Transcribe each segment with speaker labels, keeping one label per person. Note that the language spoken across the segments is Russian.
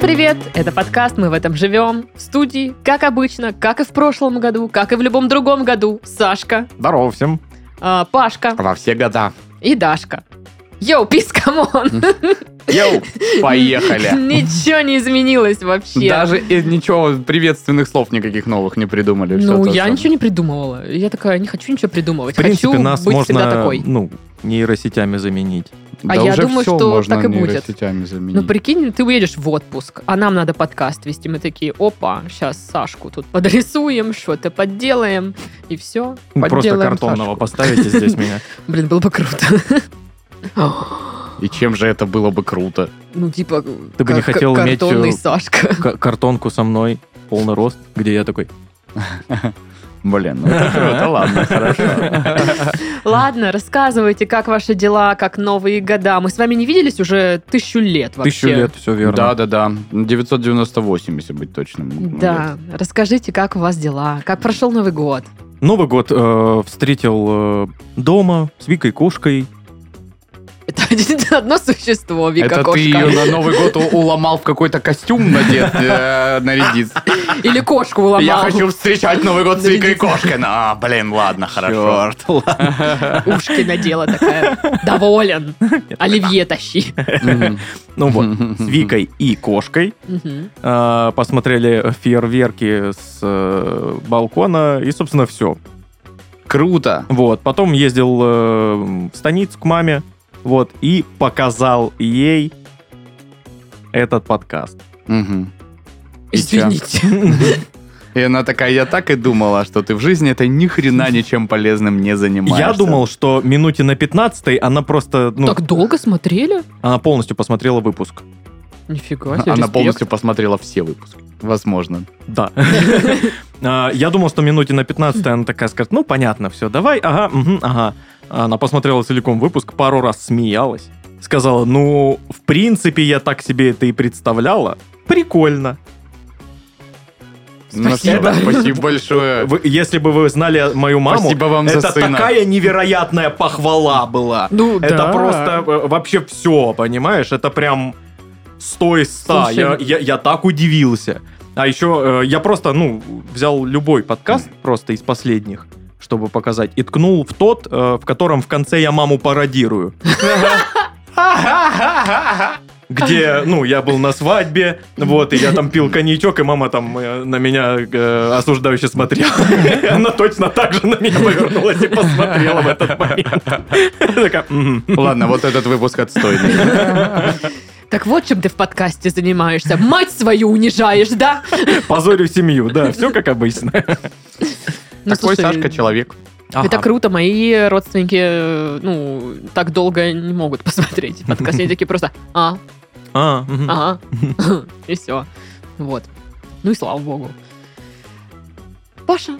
Speaker 1: привет! Это подкаст «Мы в этом живем» в студии, как обычно, как и в прошлом году, как и в любом другом году. Сашка,
Speaker 2: Здорово всем.
Speaker 1: а, Пашка
Speaker 2: Во все года.
Speaker 1: и Дашка. Йоу, пис, камон!
Speaker 2: Йоу, поехали.
Speaker 1: Ничего не изменилось вообще.
Speaker 2: Даже из ничего приветственных слов никаких новых не придумали. Всё
Speaker 1: Ну,
Speaker 2: то,
Speaker 1: я
Speaker 2: что-
Speaker 1: ничего не придумывала. Я такая, не хочу ничего придумывать.
Speaker 3: В принципе,
Speaker 1: хочу
Speaker 3: нас
Speaker 1: быть
Speaker 3: можно
Speaker 1: всегда такой.
Speaker 3: ну, нейросетями заменить.
Speaker 1: А
Speaker 2: Да
Speaker 1: я
Speaker 2: уже
Speaker 1: думаю,
Speaker 2: всё
Speaker 1: что
Speaker 2: можно
Speaker 1: так и будет.
Speaker 2: нейросетями заменить.
Speaker 1: Ну, прикинь, ты уедешь в отпуск, а нам надо подкаст вести. Мы такие, опа, сейчас Сашку тут подрисуем, что-то подделаем, и все.
Speaker 3: Ну, Просто
Speaker 1: Подделаем
Speaker 3: картонного
Speaker 1: Сашку.
Speaker 3: поставите здесь меня.
Speaker 1: Блин, было бы круто.
Speaker 2: И чем же это было бы круто?
Speaker 1: Ну, типа,
Speaker 3: Ты бы не
Speaker 1: как-
Speaker 3: хотел иметь,
Speaker 1: картонный
Speaker 3: э,
Speaker 1: Сашка.
Speaker 3: К- Картонку со мной, полный рост, где я такой.
Speaker 2: Блин, ну это круто, ладно, хорошо.
Speaker 1: Ладно, рассказывайте, как ваши дела, как новые года. Мы с вами не виделись уже тысячу лет вообще.
Speaker 3: Тысячу лет, все верно.
Speaker 2: Да-да-да, 998, если быть точным.
Speaker 1: Да, расскажите, как у вас дела, как прошел Новый год.
Speaker 3: Новый год э, встретил э, дома с Викой Кошкой.
Speaker 1: Это одно существо, Вика
Speaker 2: Это
Speaker 1: кошка.
Speaker 2: ты ее на Новый год у- уломал в какой-то костюм надет, э, нарядиться.
Speaker 1: Или кошку уломал.
Speaker 2: Я хочу встречать Новый год с Викой
Speaker 1: Нарядиться.
Speaker 2: Кошкой. А, блин, ладно, хорошо.
Speaker 1: Ушки надела такая. Доволен. Оливье тащи.
Speaker 2: Мгм.
Speaker 3: Ну вот, с Викой и Кошкой.
Speaker 1: Мгм.
Speaker 3: Э, посмотрели фейерверки с э, балкона и, собственно, все.
Speaker 2: Круто.
Speaker 3: Вот, потом ездил э, в станицу к маме, вот, и показал ей этот подкаст.
Speaker 2: Мгм. И чё?
Speaker 1: Извините.
Speaker 2: И она такая, я так и думала, что ты в жизни это ни хрена ничем полезным не занимаешься.
Speaker 3: Я думал, что минуте на 15 она просто, ну,
Speaker 1: Так долго смотрели?
Speaker 3: она полностью посмотрела выпуск.
Speaker 1: Нифига себе.
Speaker 2: Ну, Она
Speaker 1: респект.
Speaker 2: полностью посмотрела все выпуски. Возможно.
Speaker 3: Да. А, Я думал, что минуте на 15 она такая скажет, ну, понятно, все, давай, ага, мгм, ага. Она посмотрела целиком выпуск, пару раз смеялась. Сказала, ну, в принципе, я так себе это и представляла. Прикольно.
Speaker 2: Ну что,
Speaker 1: Спасибо.
Speaker 2: Спасибо большое.
Speaker 3: Вы- если бы вы знали мою маму,
Speaker 2: Спасибо вам за
Speaker 3: это
Speaker 2: сына.
Speaker 3: такая невероятная похвала была.
Speaker 1: Ну,
Speaker 3: Это
Speaker 1: да.
Speaker 3: просто э, вообще все, понимаешь? Это прям 100 из 100.
Speaker 1: Слушай,
Speaker 3: Я, я- я так удивился. А еще э, я просто, ну, взял любой подкаст просто из последних, чтобы показать, и ткнул в тот, э, в котором в конце я маму пародирую. Где, ну, я был на свадьбе, вот, и я там пил коньячок, и мама там э, на меня э, осуждающе смотрела. И Она точно так же на меня повернулась и посмотрела в этот момент. Такая, «Мгм».
Speaker 2: Ладно, вот этот выпуск отстойный.
Speaker 1: Так вот, чем ты в подкасте занимаешься. Мать свою унижаешь, да?
Speaker 3: Позорю семью, да, все как обычно.
Speaker 1: Ну,
Speaker 2: Такой
Speaker 1: слушай,
Speaker 2: Сашка человек.
Speaker 1: Это круто, мои родственники, э, ну, так долго не могут посмотреть подкаст. Они такие просто, а,
Speaker 3: А, мгм.
Speaker 1: ага, и все. Вот. Ну и слава богу. Паша,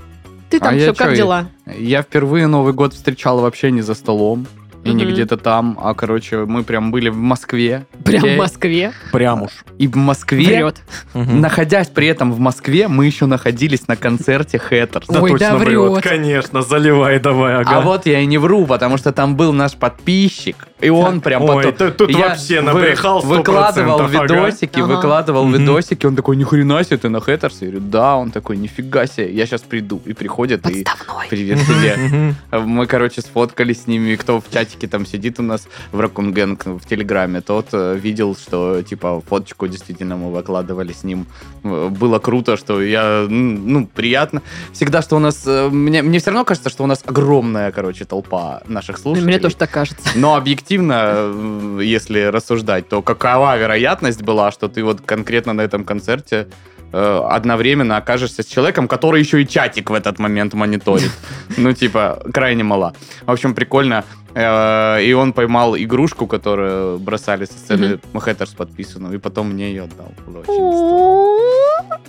Speaker 1: ты
Speaker 2: А
Speaker 1: там
Speaker 2: я
Speaker 1: все,
Speaker 2: чё,
Speaker 1: как
Speaker 2: я-
Speaker 1: дела?
Speaker 2: Я впервые Новый год встречал вообще не за столом. И не
Speaker 1: Мгм.
Speaker 2: где-то там, а, короче, мы прям были в Москве.
Speaker 1: Прям в
Speaker 2: Я-
Speaker 1: Москве?
Speaker 3: Прям уж.
Speaker 2: И в Москве,
Speaker 1: Врет.
Speaker 3: Мгм.
Speaker 2: находясь при этом в Москве, мы еще находились на концерте Хэттерс.
Speaker 1: Ой, да
Speaker 3: врёт,
Speaker 1: врёт.
Speaker 3: Конечно, заливай давай, ага.
Speaker 2: А вот я и не вру, потому что там был наш подписчик, и он прям
Speaker 3: Ой,
Speaker 2: потом...
Speaker 3: ты тут
Speaker 2: Я
Speaker 3: вообще набрехал 100%,
Speaker 2: Выкладывал
Speaker 3: ага.
Speaker 2: видосики,
Speaker 1: Ага.
Speaker 2: выкладывал
Speaker 3: Мгм.
Speaker 2: видосики, он такой, ни хрена себе, ты на хэттерсе? Я говорю, да, он такой, нифига себе, я сейчас приду. И приходит, и
Speaker 1: Подставной.
Speaker 2: привет тебе.
Speaker 3: Мгм.
Speaker 2: Мы, короче, сфоткались с ними, кто в чатике там сидит у нас в Ракунгенг в Телеграме, тот э, видел, что, типа, фоточку действительно мы выкладывали с ним. Э, Было круто, что я, м, ну, приятно. Всегда, что у нас, э, мне, мне все равно кажется, что у нас огромная, короче, толпа наших
Speaker 1: Ну,
Speaker 2: слушателей.
Speaker 1: Мне тоже так кажется.
Speaker 2: Но объективно, э, если рассуждать, то какова вероятность была, что ты вот конкретно на этом концерте э, одновременно окажешься с человеком, который еще и чатик в этот момент мониторит. Ну, типа, крайне мала. В общем, прикольно. Э, И он поймал игрушку, которую бросали со сцены Хэттерс подписанную, и потом мне ее отдал. Было очень здорово.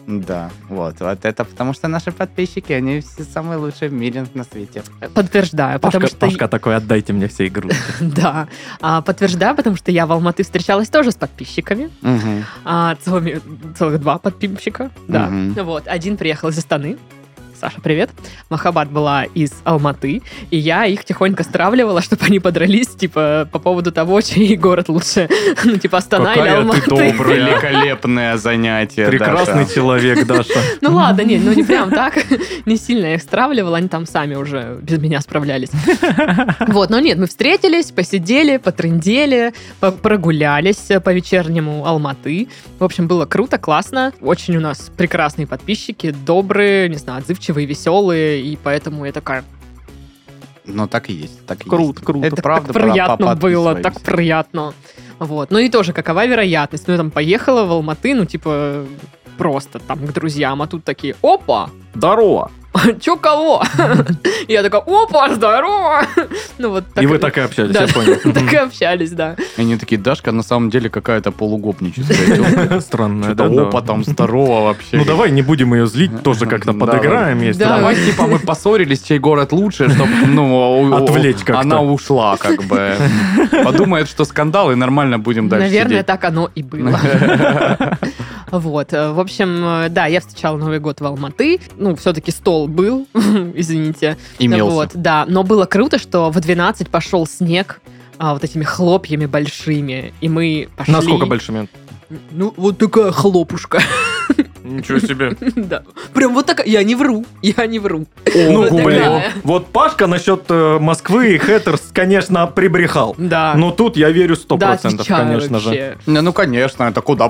Speaker 2: Да, вот. Вот это потому что наши подписчики, они все самые лучшие в мире на свете.
Speaker 1: Подтверждаю, потому
Speaker 3: Пашка,
Speaker 1: что...
Speaker 3: Пашка такой, отдайте мне все игрушки.
Speaker 1: Да, А, подтверждаю, потому что я в Алматы встречалась тоже с подписчиками.
Speaker 2: Мгм.
Speaker 1: А, целыми- целых два подписчика, да.
Speaker 2: Мгм.
Speaker 1: Вот, один приехал из Астаны, Саша, привет. Махабат была из Алматы, и я их тихонько стравливала, чтобы они подрались, типа, по поводу того, чей город лучше. Ну, типа, Астана или
Speaker 3: Какая ты
Speaker 1: Алматы.
Speaker 3: добрая.
Speaker 2: Великолепное занятие,
Speaker 3: Прекрасный
Speaker 2: Даша.
Speaker 3: человек, Даша.
Speaker 1: Ну ладно, нет, ну не прям так, не сильно я их стравливала, они там сами уже без меня справлялись. Вот, но нет, мы встретились, посидели, потрындели, по- прогулялись э, по вечернему Алматы. В общем, было круто, классно. Очень у нас прекрасные подписчики, добрые, не знаю, отзывчивые, веселые, и поэтому я такая,
Speaker 2: Ну, так и есть, так и
Speaker 3: Круто,
Speaker 2: есть.
Speaker 3: круто.
Speaker 2: Это
Speaker 1: так
Speaker 2: правда, пора-
Speaker 1: приятно
Speaker 2: пора-
Speaker 1: было,
Speaker 2: подписывайтесь.
Speaker 1: так приятно. Вот. Ну и тоже, какова вероятность? Ну, я там поехала в Алматы, ну, типа, просто там к друзьям, а тут такие, опа,
Speaker 3: Здорово.
Speaker 1: Чё кого? Я такая, опа, здорово! Ну вот так.
Speaker 3: И вы так и общались,
Speaker 1: Да.
Speaker 3: я понял.
Speaker 1: Так и общались, да.
Speaker 2: И Они такие, Дашка на самом деле какая-то полугопническая. тёлка.
Speaker 3: Странно,
Speaker 2: Что-то
Speaker 3: да? да.
Speaker 2: опа там здорово вообще.
Speaker 3: Ну давай не будем ее злить, тоже как-то
Speaker 2: Да,
Speaker 3: подыграем, если
Speaker 1: Да.
Speaker 3: давай.
Speaker 2: Давай, типа, мы поссорились, чей город лучше, чтобы, ну, у- у-
Speaker 3: Отвлечь как-то.
Speaker 2: Она ушла, как бы. Подумает, что скандал, и нормально будем дальше
Speaker 1: Наверное,
Speaker 2: сидеть.
Speaker 1: так оно и было. Вот. э, В общем, э, да, я встречала Новый год в Алматы. Ну, все-таки стол был, извините.
Speaker 2: Имелся.
Speaker 1: Вот, да. Но было круто, что в 12 пошел снег а, вот этими хлопьями большими. И мы пошли...
Speaker 3: Насколько большими?
Speaker 1: Ну, вот такая хлопушка.
Speaker 3: Ничего себе.
Speaker 1: Да. Прям вот такая. Я не вру. Я не вру.
Speaker 3: Ну,
Speaker 1: Вот
Speaker 3: блин.
Speaker 1: такая.
Speaker 3: Вот Пашка насчет э, Москвы и Хэттерс, конечно, прибрехал.
Speaker 1: Да.
Speaker 3: Но тут я верю
Speaker 1: да,
Speaker 3: 100%,
Speaker 1: отвечаю
Speaker 3: Ну, конечно же.
Speaker 1: вообще.
Speaker 2: Не, Ну, конечно, это куда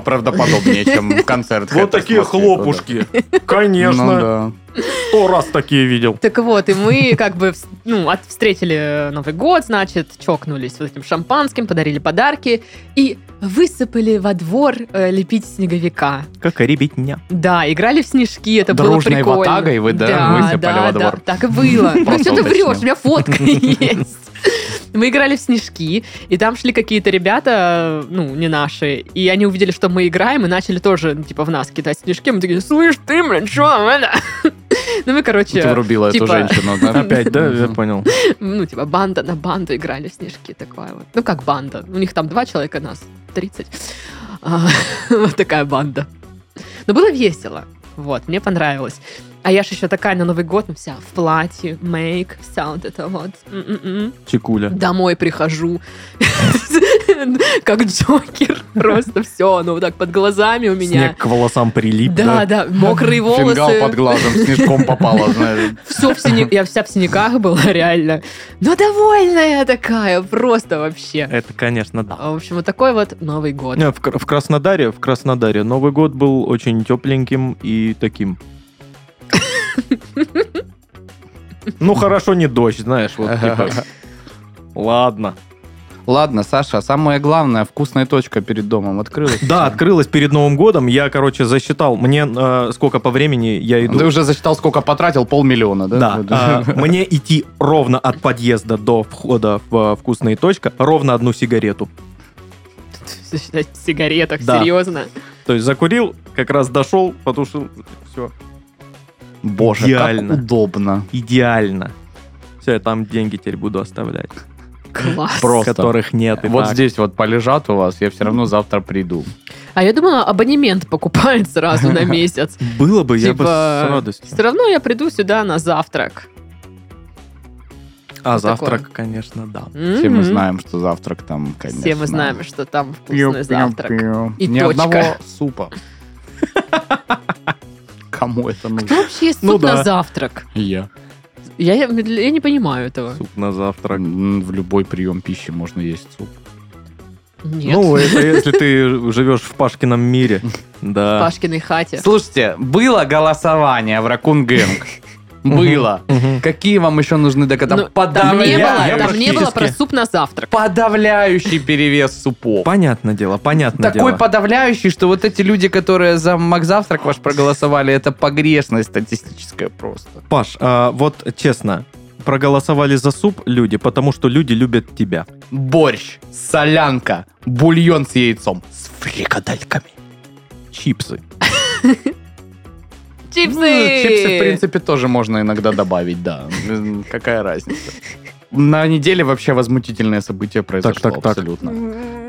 Speaker 2: правдоподобнее, чем концерт.
Speaker 3: Вот
Speaker 2: Хэттерс
Speaker 3: такие
Speaker 2: в Москве,
Speaker 3: хлопушки.
Speaker 2: да. Ну
Speaker 3: Конечно,
Speaker 2: да.
Speaker 3: сто раз такие видел.
Speaker 1: Так вот, и мы как бы вс- ну, от, встретили Новый год, значит, чокнулись вот этим шампанским, подарили подарки и высыпали во двор э, лепить снеговика.
Speaker 3: Как ребятня.
Speaker 1: Да, играли в снежки, это
Speaker 2: Дружной
Speaker 1: было прикольно.
Speaker 2: ватагой вы, да, высыпали
Speaker 1: да,
Speaker 2: во
Speaker 1: да,
Speaker 2: двор?
Speaker 1: так и было. Да
Speaker 2: Просто
Speaker 1: что ты
Speaker 2: уточнил.
Speaker 1: врешь, у меня фотка есть. Мы играли в снежки, и там шли какие-то ребята, ну, не наши, и они увидели, что мы играем, и начали тоже, ну, типа, в нас кидать снежки. Мы такие, слышь, ты, блин, что там это? Ну, мы, короче...
Speaker 2: Ты врубила эту
Speaker 1: типа-
Speaker 2: женщину, да?
Speaker 3: Опять, да, я
Speaker 2: Мгм.
Speaker 3: понял.
Speaker 1: ну, типа, банда на банду играли в снежки, такое вот. Ну, как банда. У них там два человека, нас 30. А, Вот такая банда. Но было весело. Вот, мне понравилось. А я же еще такая на Новый год, ну, вся в платье, мейк, вся вот это вот. М-м-м.
Speaker 3: Чекуля.
Speaker 1: Домой прихожу, как Джокер. Просто все, ну, вот так под глазами у меня.
Speaker 3: Снег к волосам прилип,
Speaker 1: Да,
Speaker 3: да?
Speaker 1: да, мокрые волосы.
Speaker 2: Фингал под глазом, снежком попало, знаешь.
Speaker 1: Все в синя- Я вся в синяках была, реально. Но довольная такая, просто вообще. А,
Speaker 3: Это, конечно, да.
Speaker 1: В общем, вот такой вот Новый год.
Speaker 3: Не, В Кр- в Краснодаре, в Краснодаре Новый год был очень тепленьким и таким. Ну хорошо, не дождь, знаешь, вот типа. Ладно.
Speaker 2: Ладно, Саша, самое главное, вкусная точка перед домом открылась.
Speaker 3: Да, открылась перед Новым годом. Я, короче, засчитал. Мне э, сколько по времени я
Speaker 2: Ты
Speaker 3: иду.
Speaker 2: уже засчитал, сколько потратил, полмиллиона, да?
Speaker 3: Да, э, мне идти ровно от подъезда до входа в э, вкусные точка ровно одну сигарету.
Speaker 1: Всё считать В сигаретах,
Speaker 3: Да.
Speaker 1: серьезно.
Speaker 3: То есть закурил, как раз дошел, потушил, все.
Speaker 1: А,
Speaker 2: Боже,
Speaker 3: Идеально.
Speaker 2: как удобно.
Speaker 3: Идеально. Все, я там деньги теперь буду оставлять.
Speaker 1: Класс.
Speaker 2: Просто.
Speaker 3: Которых нет. и
Speaker 2: Вот
Speaker 3: так.
Speaker 2: здесь вот полежат у вас, я все равно завтра приду.
Speaker 1: А я думала, абонемент покупают сразу на месяц.
Speaker 3: Было бы, я бы
Speaker 1: Типа,
Speaker 3: с радостью.
Speaker 1: Все равно я приду сюда на завтрак.
Speaker 3: А
Speaker 1: что такое?
Speaker 3: завтрак, конечно, да.
Speaker 2: Все
Speaker 1: М-м.
Speaker 2: мы знаем, что завтрак там, конечно.
Speaker 1: Все мы знаем, что там
Speaker 2: Пью,
Speaker 1: вкусный
Speaker 2: пью,
Speaker 1: завтрак.
Speaker 2: пью.
Speaker 1: И
Speaker 2: Ни
Speaker 1: точка.
Speaker 2: одного супа. Кому это нужно?
Speaker 1: Вообще есть
Speaker 3: Ну
Speaker 1: суп на
Speaker 3: да.
Speaker 1: завтрак.
Speaker 2: Я.
Speaker 1: Я, я, я не понимаю этого.
Speaker 3: Суп на завтрак.
Speaker 2: М, В любой прием пищи можно есть суп.
Speaker 1: Нет.
Speaker 3: Ну, это если ты живешь в Пашкином мире. Да.
Speaker 1: В Пашкиной хате.
Speaker 2: Слушайте, было голосование в Ракун Гэнг. Было.
Speaker 3: Мгм.
Speaker 2: Какие вам еще нужны докаты?
Speaker 1: Ну, там
Speaker 2: Подавля-
Speaker 1: не
Speaker 3: я-
Speaker 1: было,
Speaker 3: я
Speaker 1: там не было про
Speaker 3: практически-
Speaker 1: суп на завтрак.
Speaker 2: Подавляющий перевес супов.
Speaker 3: Понятное дело, понятное
Speaker 2: Такой
Speaker 3: дело.
Speaker 2: подавляющий, что вот эти люди, которые за Макзавтрак ваш проголосовали, это погрешность статистическая просто.
Speaker 3: Паш, а, вот честно, проголосовали за суп люди, потому что люди любят тебя.
Speaker 2: Борщ, солянка, бульон с яйцом, с фрикадельками.
Speaker 3: Чипсы.
Speaker 1: Чипсы!
Speaker 2: Ну, чипсы, в принципе, тоже можно иногда добавить, да. М, Какая разница. На неделе вообще возмутительное событие произошло
Speaker 3: так, так.
Speaker 2: абсолютно.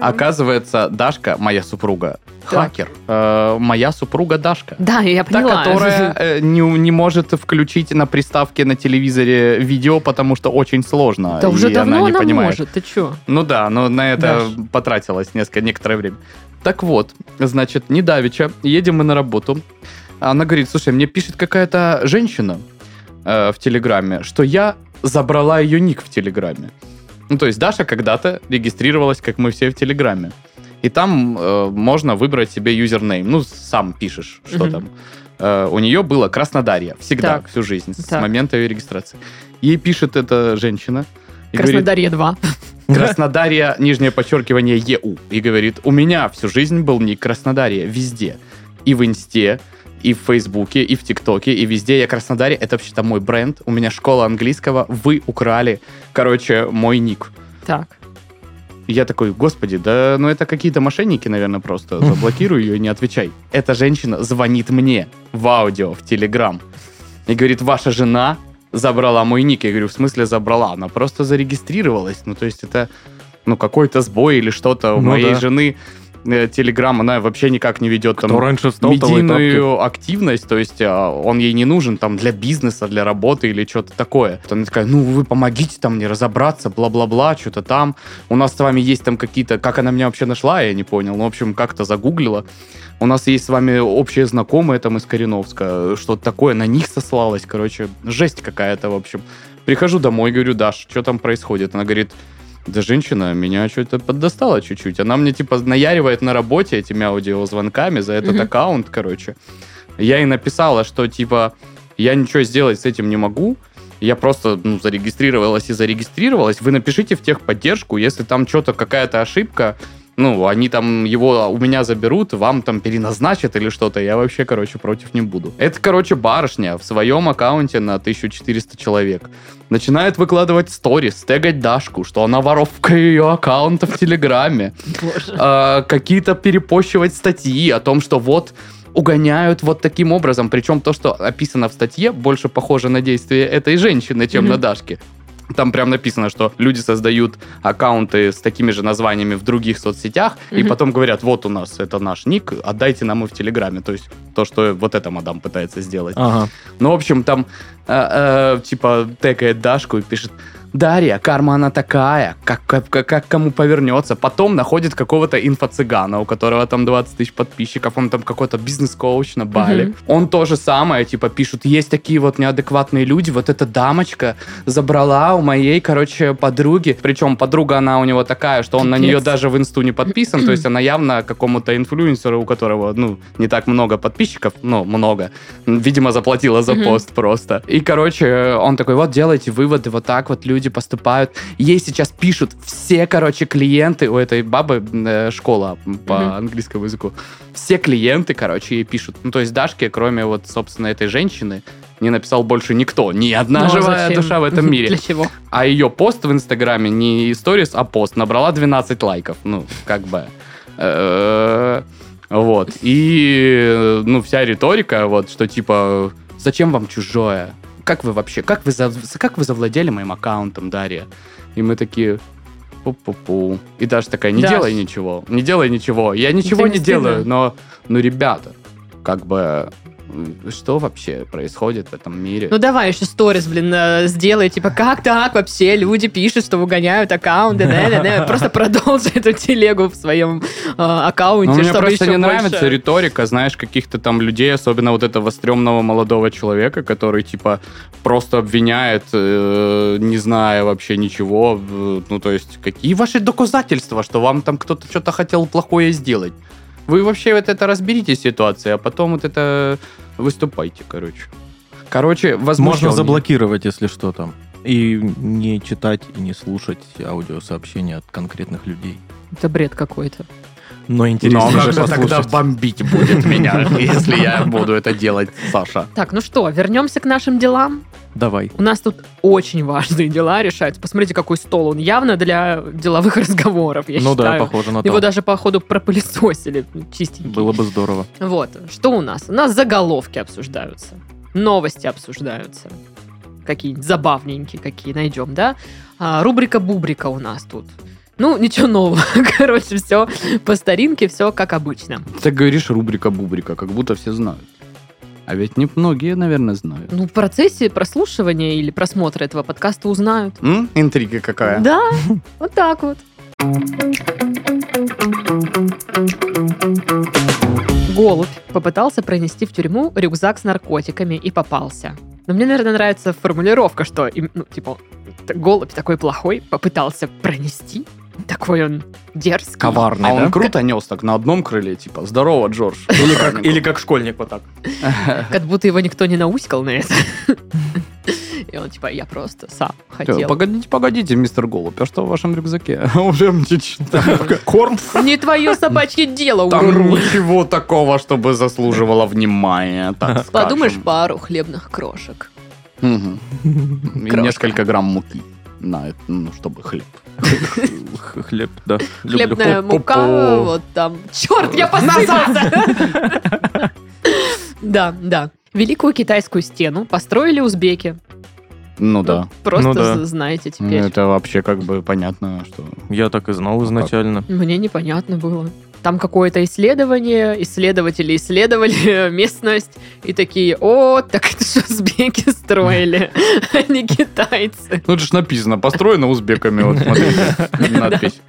Speaker 2: Оказывается, Дашка, моя супруга,
Speaker 1: Так.
Speaker 2: хакер. Э, моя супруга Дашка.
Speaker 1: Да, я
Speaker 2: Та,
Speaker 1: поняла.
Speaker 2: которая э, не, у- не может включить на приставке на телевизоре видео, потому что очень сложно.
Speaker 1: Да
Speaker 2: и
Speaker 1: уже давно
Speaker 2: она не
Speaker 1: она
Speaker 2: понимает.
Speaker 1: может, ты чё?
Speaker 2: Ну да, но на это
Speaker 1: Даш.
Speaker 2: потратилось несколько, некоторое время. Так вот, значит, недавеча, едем мы на работу. Она говорит, слушай, мне пишет какая-то женщина э, в Телеграме, что я забрала ее ник в Телеграме. Ну, то есть Даша когда-то регистрировалась, как мы все, в Телеграме. И там э, можно выбрать себе юзернейм. Ну, сам пишешь, что
Speaker 1: Мгм.
Speaker 2: там. Э, у нее было Краснодарье всегда,
Speaker 1: Так.
Speaker 2: всю жизнь, с
Speaker 1: Так.
Speaker 2: момента ее регистрации. Ей пишет эта женщина. и говорит,
Speaker 1: Краснодарье 2.
Speaker 2: Краснодария, нижнее подчеркивание ЕУ. И говорит, у меня всю жизнь был ник Краснодария везде. И в Инсте, и в Фейсбуке, и в ТикТоке, и везде. Я Краснодария, это вообще-то мой бренд. У меня школа английского. Вы украли, короче, мой ник.
Speaker 1: Так.
Speaker 2: И Я такой, господи, да ну это какие-то мошенники, наверное, просто. Заблокируй ее и не отвечай. Эта женщина звонит мне в аудио, в Телеграм. И говорит, ваша жена забрала мой ник. Я говорю, в смысле забрала? Она просто зарегистрировалась. Ну то есть это, ну какой-то сбой или что-то. У
Speaker 3: Ну
Speaker 2: моей
Speaker 3: да.
Speaker 2: жены э, Телеграм, она вообще никак не ведет там
Speaker 3: Кто раньше встал, того и тапки.
Speaker 2: медийную активность, то есть а, он ей не нужен там для бизнеса, для работы или что-то такое. Она такая, ну вы помогите там мне разобраться, бла-бла-бла, что-то там. У нас с вами есть там какие-то, как она меня вообще нашла, я не понял. Ну, в общем, как-то загуглила. У нас есть с вами общие знакомые там из Кореновска, что-то такое, на них сослалась, короче, жесть какая-то, в общем. Прихожу домой, говорю, Даш, что там происходит? Она говорит, да женщина меня что-то поддостала чуть-чуть. Она мне типа наяривает на работе этими аудиозвонками за этот
Speaker 1: Мгм.
Speaker 2: аккаунт, короче. Я ей написала, что типа я ничего сделать с этим не могу. Я просто ну, зарегистрировалась и зарегистрировалась. Вы напишите в техподдержку, если там что-то какая-то ошибка. Ну, они там его у меня заберут, вам там переназначат или что-то. Я вообще, короче, против не буду. Это, короче, барышня в своем аккаунте на 1400 человек начинает выкладывать сторис, тегать Дашку, что она воровка ее аккаунта в Телеграме,
Speaker 1: Боже.
Speaker 2: Э, какие-то перепощивать статьи о том, что вот угоняют вот таким образом. Причем то, что описано в статье, больше похоже на действие этой женщины, чем
Speaker 1: Мгм.
Speaker 2: на Дашке. Там прям написано, что люди создают аккаунты с такими же названиями в других соцсетях, и
Speaker 1: Мгм.
Speaker 2: потом говорят, вот у нас, это наш ник, отдайте нам и в Телеграме. То есть то, что вот эта мадам пытается сделать.
Speaker 3: Ага.
Speaker 2: Ну, в общем, там, э, э, типа, тегает Дашку и пишет, Дарья, карма она такая, как, как, как- как кому повернется. Потом находит какого-то инфо-цыгана, у которого там 20 тысяч подписчиков, он там какой-то бизнес-коуч на Бали.
Speaker 1: Мгм.
Speaker 2: Он то же самое, типа, пишут, есть такие вот неадекватные люди, вот эта дамочка забрала у моей, короче, подруги. Причем подруга она у него такая, что он на
Speaker 1: Пипец.
Speaker 2: нее даже в инсту не подписан, то есть она явно какому-то инфлюенсеру, у которого, ну, не так много подписчиков, но много, видимо, заплатила за
Speaker 1: Мгм.
Speaker 2: пост просто. И, короче, он такой, вот, делайте выводы, вот так вот люди поступают. Ей сейчас пишут все, короче, клиенты, у этой бабы э, школа по
Speaker 1: Мгм.
Speaker 2: английскому языку, все клиенты, короче, ей пишут. Ну, то есть Дашке, кроме вот, собственно, этой женщины, не написал больше никто, ни одна
Speaker 1: Ну, а
Speaker 2: живая
Speaker 1: зачем?
Speaker 2: душа в этом мире.
Speaker 1: Для чего?
Speaker 2: А ее пост в Инстаграме, не сторис, а пост, набрала 12 лайков. Ну, как бы. Э, Вот. И, э, ну, вся риторика, вот, что типа, зачем вам чужое? Как вы вообще, как вы, зав- как вы завладели моим аккаунтом, Дарья? И мы такие, пу-пу-пу. И Даша такая, не
Speaker 1: Даш.
Speaker 2: делай ничего, не делай ничего. Я ничего
Speaker 1: не
Speaker 2: не делаю,
Speaker 1: стыдно?
Speaker 2: но, ну, ребята, как бы, м, что вообще происходит в этом мире?
Speaker 1: Ну давай еще сторис, блин, э, сделай, типа, как так вообще люди пишут, что выгоняют аккаунты, да-да-да. просто продолжи эту телегу в своем э,
Speaker 2: Ну,
Speaker 1: аккаунте,
Speaker 2: мне
Speaker 1: чтобы
Speaker 2: просто
Speaker 1: еще
Speaker 2: не
Speaker 1: больше.
Speaker 2: нравится риторика, знаешь, каких-то там людей, особенно вот этого стрёмного молодого человека, который, типа, просто обвиняет, э, не зная вообще ничего. э, ну, то есть, какие ваши доказательства, что вам там кто-то что-то хотел плохое сделать? Вы вообще вот это разберитесь в ситуации, а потом вот это выступайте, короче. Короче, возможно...
Speaker 3: Можно заблокировать, если что там. И не читать и не слушать аудиосообщения от конкретных людей.
Speaker 1: Это бред какой-то.
Speaker 3: Но
Speaker 2: Но
Speaker 3: интересно
Speaker 2: Ну, а как
Speaker 3: же
Speaker 2: же тогда
Speaker 3: послушать.
Speaker 2: бомбить будет меня, если я буду это делать, Саша?
Speaker 1: Так, ну что, вернемся к нашим делам.
Speaker 3: Давай.
Speaker 1: У нас тут очень важные дела решаются. Посмотрите, какой стол. Он явно для деловых разговоров, я
Speaker 3: Ну да,
Speaker 1: считаю.
Speaker 3: похоже на
Speaker 1: Его
Speaker 3: то.
Speaker 1: даже, походу, пропылесосили чистенький.
Speaker 3: Было бы здорово.
Speaker 1: Вот, что у нас? У нас заголовки обсуждаются, новости обсуждаются. Какие-нибудь забавненькие какие найдем, да? А, рубрика «Бубрика» у нас тут. Ну, ничего нового. Короче, все по старинке, все как обычно.
Speaker 2: Ты так говоришь рубрика-бубрика, как будто все знают. А ведь не многие, наверное, знают.
Speaker 1: Ну, в процессе прослушивания или просмотра этого подкаста узнают.
Speaker 2: М? Интрига какая.
Speaker 1: Да, вот так вот. Голубь попытался пронести в тюрьму рюкзак с наркотиками и попался. Но мне, наверное, нравится формулировка, что, им, ну, типа, т- голубь такой плохой попытался пронести. Такой он дерзкий.
Speaker 3: Коварный,
Speaker 2: А он
Speaker 3: да?
Speaker 2: круто нес так на одном крыле, типа, здорово, Джордж.
Speaker 3: Или как, или как школьник вот так.
Speaker 1: Как будто его никто не науськал на это. И он типа, я просто сам
Speaker 2: Э,
Speaker 1: хотел.
Speaker 2: Погодите, погодите, мистер Голубь, а что в вашем рюкзаке? Уже мне читаю.
Speaker 3: Корм?
Speaker 1: Не твое собачье дело,
Speaker 2: Там
Speaker 1: уру.
Speaker 2: ничего такого, чтобы заслуживало внимания, так скажем.
Speaker 1: Подумаешь, пару хлебных крошек.
Speaker 2: Мгм. И
Speaker 1: Крошка.
Speaker 2: несколько грамм муки на это, ну, чтобы хлеб.
Speaker 3: Х- Хлеб, да. Люблю
Speaker 1: Хлебная
Speaker 3: хлеб.
Speaker 1: мука,
Speaker 3: Пу-пу.
Speaker 1: вот там. Черт, я пососался! Да, да. Великую китайскую стену построили узбеки.
Speaker 2: Ну
Speaker 1: Ну,
Speaker 2: да.
Speaker 1: Просто
Speaker 3: Ну да.
Speaker 1: з- знаете теперь.
Speaker 2: Это вообще как бы понятно, что...
Speaker 3: Я так и знал изначально.
Speaker 1: Мне непонятно было. Там какое-то исследование, исследователи исследовали местность и такие, о, так это же узбеки строили, а не китайцы.
Speaker 2: Ну, это же написано, построено узбеками, вот смотрите, надпись.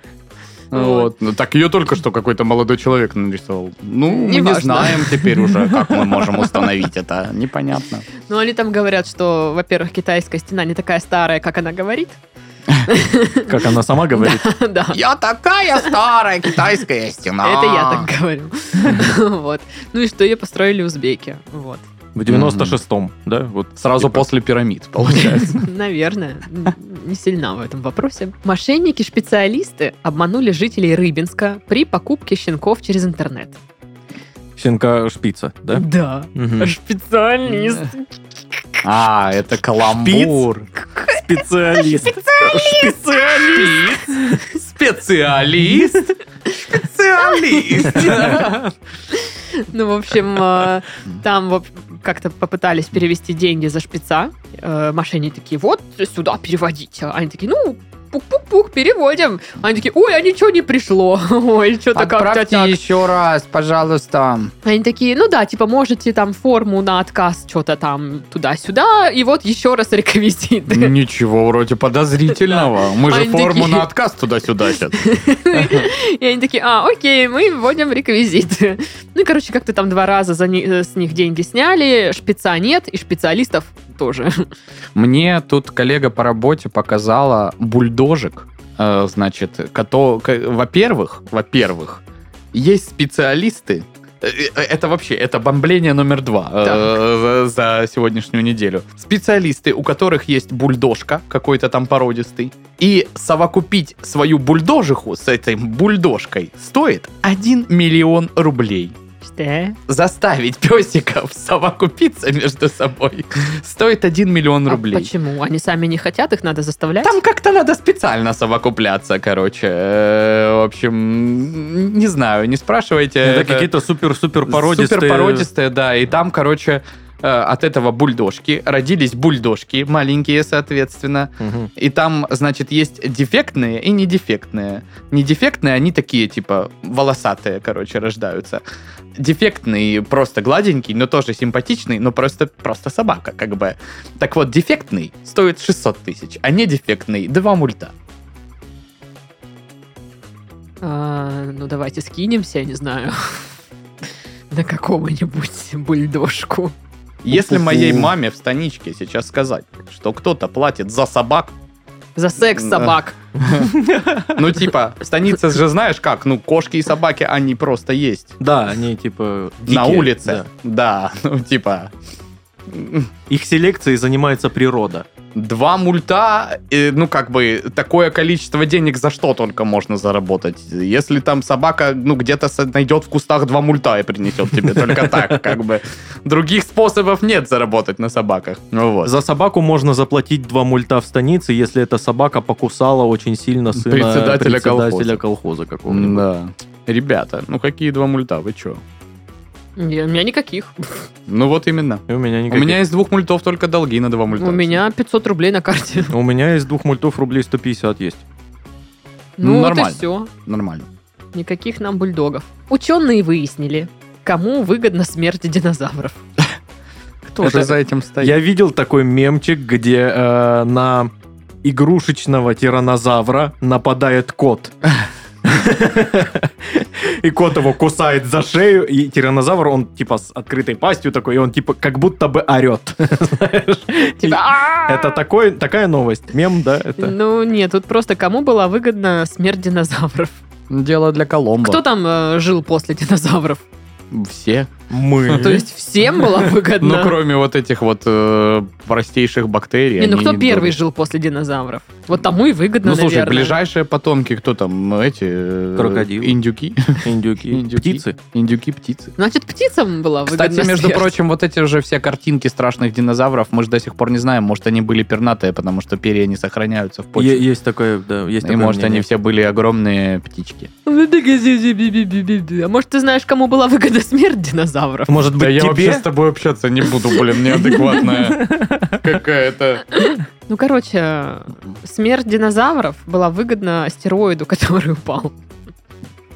Speaker 1: Да.
Speaker 2: Вот. Ну, так ее только что какой-то молодой человек нарисовал. Ну, мы не
Speaker 1: Неважно.
Speaker 2: знаем теперь уже, как мы можем установить это. Непонятно.
Speaker 1: Но Ну, они там говорят, что, во-первых, китайская стена не такая старая, как она говорит.
Speaker 3: Как она сама говорит.
Speaker 1: Да.
Speaker 2: Я такая старая китайская стена.
Speaker 1: Это я так говорю. Вот. Ну и что ее построили узбеки. Вот.
Speaker 3: В 96-м, да? Вот
Speaker 2: Сразу
Speaker 3: типа,
Speaker 2: после пирамид, получается.
Speaker 1: Наверное. Н- Не сильна в этом вопросе. Мошенники-специалисты обманули жителей Рыбинска при покупке щенков через интернет.
Speaker 3: Щенка шпица, да?
Speaker 1: Да.
Speaker 3: Мгм.
Speaker 1: Специалист.
Speaker 2: А, это каламбур.
Speaker 3: Специалист. Специалист.
Speaker 2: Специалист. Специалист.
Speaker 1: Ну, в общем, э, там вот как-то попытались перевести деньги за шпица. Э, Мошенники такие, вот сюда переводите. Они такие, ну, пук-пук-пук, переводим. Они такие, ой, а ничего не пришло. Ой, что-то как-то так.
Speaker 2: еще раз, пожалуйста.
Speaker 1: Они такие, ну да, типа, можете там форму на отказ что-то там туда-сюда, и вот еще раз реквизиты.
Speaker 2: Ничего вроде подозрительного. Мы же
Speaker 1: Они
Speaker 2: форму
Speaker 1: такие-
Speaker 2: на отказ туда-сюда сейчас.
Speaker 1: И они такие, а, окей, мы вводим реквизиты. Ну, и, короче, как-то там два раза за ни- э, с них деньги сняли, шпица нет, и специалистов тоже.
Speaker 2: Мне тут коллега по работе показала бульдожик. Э, Значит, кото- к- во-первых, во-первых, есть специалисты. Э, э, Это вообще, это бомбление номер два э, за за сегодняшнюю неделю. Специалисты, у которых есть бульдожка, какой-то там породистый, и совокупить свою бульдожиху с этой бульдожкой стоит 1 миллион рублей
Speaker 1: Что?
Speaker 2: заставить песиков совокупиться между собой стоит 1 миллион
Speaker 1: А
Speaker 2: рублей.
Speaker 1: почему? Они сами не хотят, их надо заставлять?
Speaker 2: Там как-то надо специально совокупляться, короче. Э, В общем, не знаю, не спрашивайте.
Speaker 3: Э, Это Ну, какие-то супер-супер породистые.
Speaker 2: суперпородистые, да. И там, короче, э, от этого бульдожки родились бульдожки, маленькие, соответственно.
Speaker 3: Мгм.
Speaker 2: И там, значит, есть дефектные и недефектные. Недефектные, они такие, типа, волосатые, короче, рождаются. Дефектный просто гладенький, но тоже симпатичный, но просто, просто собака, как бы. Так вот, дефектный стоит 600 тысяч, а недефектный — 2 мульта.
Speaker 1: А, ну, давайте скинемся, я не знаю, на какого-нибудь бульдожку.
Speaker 2: Если
Speaker 3: Фу-фу-фу.
Speaker 2: моей маме в станичке сейчас сказать, что кто-то платит за собак,
Speaker 1: За секс
Speaker 2: Да.
Speaker 1: собак.
Speaker 2: ну, типа, станица же знаешь как, ну, кошки и собаки, они просто есть.
Speaker 3: Да, они типа
Speaker 2: На
Speaker 3: дикие,
Speaker 2: улице.
Speaker 3: да.
Speaker 2: Да, ну, типа...
Speaker 3: Их селекцией занимается природа.
Speaker 2: Два мульта, э, ну, как бы, такое количество денег за что только можно заработать. Если там собака, ну, где-то с- найдет в кустах два мульта и принесет тебе. Только так, как бы. Других способов нет заработать на собаках. Ну, вот.
Speaker 3: За собаку можно заплатить два мульта в станице, если эта собака покусала очень сильно сына
Speaker 2: Председателя колхоза.
Speaker 3: председателя колхоза какого-нибудь.
Speaker 2: Да. Ребята, ну какие два мульта, вы чё?
Speaker 1: Не, У меня никаких.
Speaker 2: Ну вот именно.
Speaker 3: И у меня
Speaker 2: У
Speaker 3: никаких.
Speaker 2: меня из двух мультов только долги на два мульта.
Speaker 1: У меня 500 рублей на карте.
Speaker 3: У меня из двух мультов рублей 150 есть.
Speaker 1: Ну,
Speaker 2: Ну,
Speaker 1: вот и
Speaker 2: нормально.
Speaker 1: все.
Speaker 2: Нормально.
Speaker 1: Никаких нам бульдогов. Ученые выяснили, кому выгодна смерть динозавров. Кто
Speaker 2: Это
Speaker 1: же?
Speaker 2: за этим стоит.
Speaker 3: Я видел такой мемчик, где э, на игрушечного тиранозавра нападает кот. И кот его кусает за шею, и тиранозавр, он типа с открытой пастью такой, и он типа как будто бы орет.
Speaker 1: Типа, «А-а-а!»
Speaker 3: Это такой, такая новость. Мем, да? Это.
Speaker 1: Ну нет, тут просто кому была выгодна смерть динозавров.
Speaker 2: Дело для Коломбо.
Speaker 1: Кто там э, жил после динозавров?
Speaker 2: Все.
Speaker 3: Мы.
Speaker 1: То есть всем была
Speaker 2: Э? Ну,
Speaker 1: выгодна.
Speaker 2: кроме вот этих вот э, простейших бактерий.
Speaker 1: Не, ну
Speaker 2: они
Speaker 1: кто
Speaker 2: не
Speaker 1: первый
Speaker 2: дурят.
Speaker 1: жил после динозавров? Вот тому и выгодно,
Speaker 2: Ну, слушай,
Speaker 1: наверное.
Speaker 2: ближайшие потомки кто там? Эти... э,
Speaker 3: Крокодилы.
Speaker 2: Индюки.
Speaker 3: Индюки.
Speaker 2: Индюки.
Speaker 3: Птицы.
Speaker 2: Индюки, птицы.
Speaker 1: Значит, птицам
Speaker 2: А
Speaker 1: была выгодна
Speaker 2: Кстати, между
Speaker 1: смерть.
Speaker 2: прочим, вот эти же все картинки страшных динозавров, мы же до сих пор не знаем, может, они были пернатые, потому что перья не сохраняются в почве.
Speaker 3: Е- Есть такое, да, есть
Speaker 2: И,
Speaker 3: такое
Speaker 2: может,
Speaker 3: мнение.
Speaker 2: они все были огромные птички.
Speaker 1: Ну, А может, ты знаешь, кому была выгодна смерть динозавров?
Speaker 3: Может быть, тебе?
Speaker 2: тобой общаться не буду, блин, неадекватная какая-то.
Speaker 1: Ну, короче, смерть динозавров была выгодна астероиду, который упал.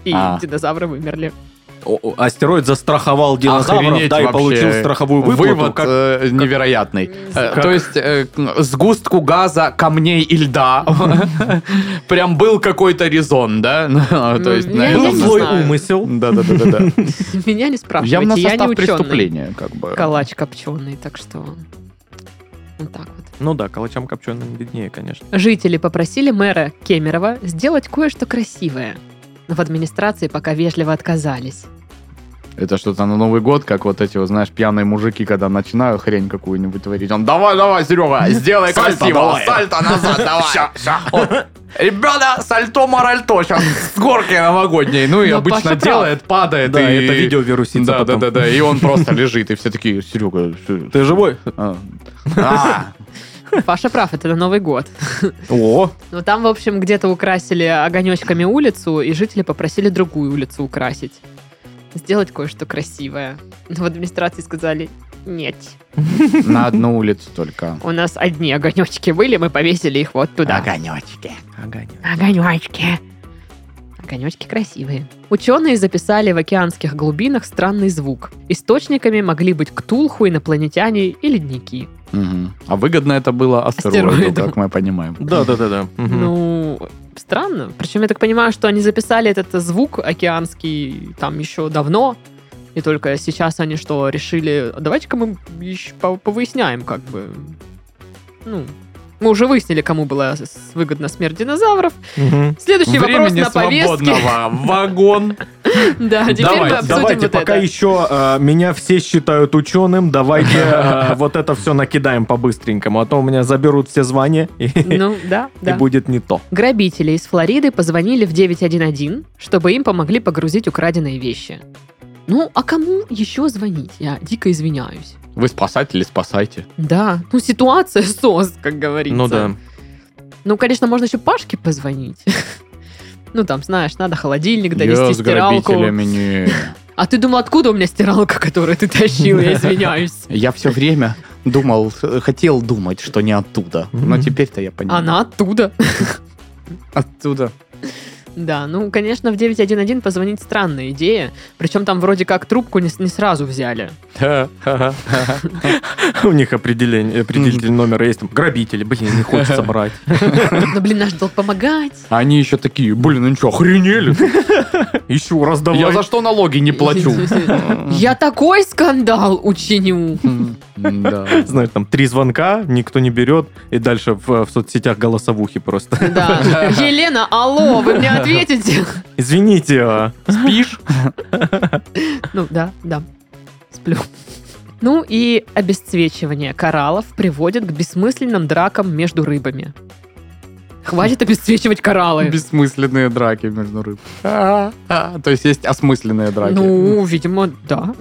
Speaker 1: И
Speaker 2: А.
Speaker 1: динозавры вымерли.
Speaker 3: О, о, Астероид застраховал динозавров,
Speaker 2: Охренеть
Speaker 3: да, и
Speaker 2: вообще.
Speaker 3: получил страховую выплату.
Speaker 2: Вывод
Speaker 3: как-
Speaker 2: э, невероятный. Э,
Speaker 3: Как-
Speaker 2: То есть э, к- сгустку газа, камней и льда прям был какой-то резон, да? Ну, То есть
Speaker 1: Ну, я-
Speaker 2: на
Speaker 1: я
Speaker 3: Был
Speaker 1: не
Speaker 2: этом-
Speaker 3: злой
Speaker 1: знаю.
Speaker 3: умысел.
Speaker 2: Да, да, да, да, да.
Speaker 1: Меня не спрашивайте,
Speaker 2: Явно
Speaker 1: я не
Speaker 2: состав
Speaker 1: ученый.
Speaker 2: преступления, как бы.
Speaker 1: Калач копченый, так что... Вот так вот.
Speaker 3: Ну да, калачам копченым виднее, конечно.
Speaker 1: Жители попросили мэра Кемерова сделать кое-что красивое. Но в администрации пока вежливо отказались.
Speaker 2: Это что-то на Новый год, как вот эти, вот, знаешь, пьяные мужики, когда начинают хрень какую-нибудь творить. Он, давай, давай, Серега, сделай
Speaker 3: Сальто
Speaker 2: красиво,
Speaker 3: давай».
Speaker 2: сальто назад, давай. Вот. Ребята, сальто моральто, сейчас с горки новогодней. Ну и
Speaker 1: Но
Speaker 2: обычно
Speaker 1: Паша прав.
Speaker 2: делает, падает.
Speaker 3: Да,
Speaker 2: и...
Speaker 3: это видео вирусится
Speaker 2: Да, да,
Speaker 3: потом.
Speaker 2: да, да, и он просто лежит, и все такие, Серега, что-
Speaker 3: Ты живой?
Speaker 2: а». А,
Speaker 1: Паша прав, это на Новый год.
Speaker 3: О,
Speaker 1: Но там, в общем, где-то украсили огонечками улицу, и жители попросили другую улицу украсить. Сделать кое-что красивое. Но в администрации сказали, нет,
Speaker 2: на одну улицу только. А.
Speaker 1: у нас одни огонечки были, мы повесили их вот туда.
Speaker 2: Огонечки.
Speaker 1: Огонечки. Огонечки красивые. Ученые записали в океанских глубинах странный звук. Источниками могли быть ктулху, инопланетяне и ледники.
Speaker 2: Мгм. А выгодно это было астероиду,
Speaker 1: Астероиду.
Speaker 2: как мы понимаем.
Speaker 3: Да, да, да, да. Мгм.
Speaker 1: Ну, странно. Причем я так понимаю, что они записали этот звук океанский там еще давно. И только сейчас они что, решили, давайте-ка мы еще по- повыясняем, как бы. Ну, мы уже выяснили, кому была с- выгодна смерть динозавров.
Speaker 3: Мгм.
Speaker 1: Следующий вопрос на повестке.
Speaker 2: вагон.
Speaker 1: Да, теперь
Speaker 3: Давайте,
Speaker 1: мы обсудим
Speaker 3: давайте,
Speaker 1: вот
Speaker 3: пока
Speaker 1: это.
Speaker 3: еще э, меня все считают ученым, давайте э, вот это все накидаем по-быстренькому, а то у меня заберут все звания и,
Speaker 1: Ну, да,
Speaker 3: и
Speaker 1: да.
Speaker 3: будет не то.
Speaker 1: Грабители из Флориды позвонили в 911, чтобы им помогли погрузить украденные вещи. Ну, а кому еще звонить? Я дико извиняюсь.
Speaker 2: Вы спасатели, спасайте.
Speaker 1: Да, ну ситуация сос, как говорится.
Speaker 3: Ну да.
Speaker 1: Ну, конечно, можно еще Пашке позвонить. Ну, там, знаешь, надо холодильник
Speaker 2: Я
Speaker 1: довести,
Speaker 2: с
Speaker 1: стиралку.
Speaker 2: грабителями не...
Speaker 1: А ты думал, откуда у меня стиралка, которую ты тащил? Я извиняюсь.
Speaker 2: Я все время думал, э, хотел думать, что не оттуда. Но
Speaker 3: Мгм.
Speaker 2: теперь-то я понимаю.
Speaker 1: Она оттуда.
Speaker 2: Оттуда.
Speaker 1: Да, ну, конечно, в 911 позвонить странная идея. Причем там вроде как трубку не, с- не сразу взяли.
Speaker 3: У них определение, определитель номера есть, там, грабители, блин, не хочется брать.
Speaker 1: Но, блин, наш долг помогать.
Speaker 2: Они еще такие, блин, ну что, охренели?
Speaker 3: Еще раз давай.
Speaker 2: Я за что налоги не плачу?
Speaker 1: Я такой скандал учиню.
Speaker 2: Да.
Speaker 3: Знаешь, там три звонка, никто не берет, и дальше в, в соцсетях голосовухи просто.
Speaker 1: Да. Елена, алло, вы мне ответите?
Speaker 3: Извините, а,
Speaker 2: Спишь?
Speaker 1: Ну, да, да. Сплю. Ну и обесцвечивание кораллов приводит к бессмысленным дракам между рыбами. Хватит обесцвечивать кораллы.
Speaker 2: Бессмысленные драки между рыб. А, а, То есть есть осмысленные драки.
Speaker 1: Ну, видимо, да.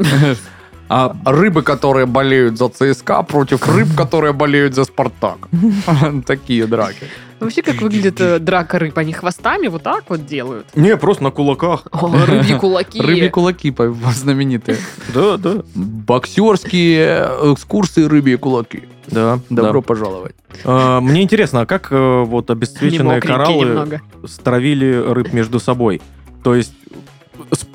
Speaker 3: А
Speaker 2: Рыбы, которые болеют за ЦСКА, против рыб, которые болеют за Спартак. Такие драки.
Speaker 1: Вообще, как выглядит э, драка рыб? Они хвостами вот так вот делают.
Speaker 3: не, просто на кулаках.
Speaker 1: О, рыбьи кулаки.
Speaker 2: Рыбьи кулаки по- знаменитые.
Speaker 3: Да, да.
Speaker 2: Боксерские экскурсии рыбьи кулаки.
Speaker 3: Да,
Speaker 2: Добро пожаловать.
Speaker 3: Э, Мне интересно, а как э, вот
Speaker 1: Они
Speaker 3: обесцвеченные
Speaker 1: мокренькие
Speaker 3: кораллы
Speaker 1: немного.
Speaker 3: стравили рыб между собой. То есть с-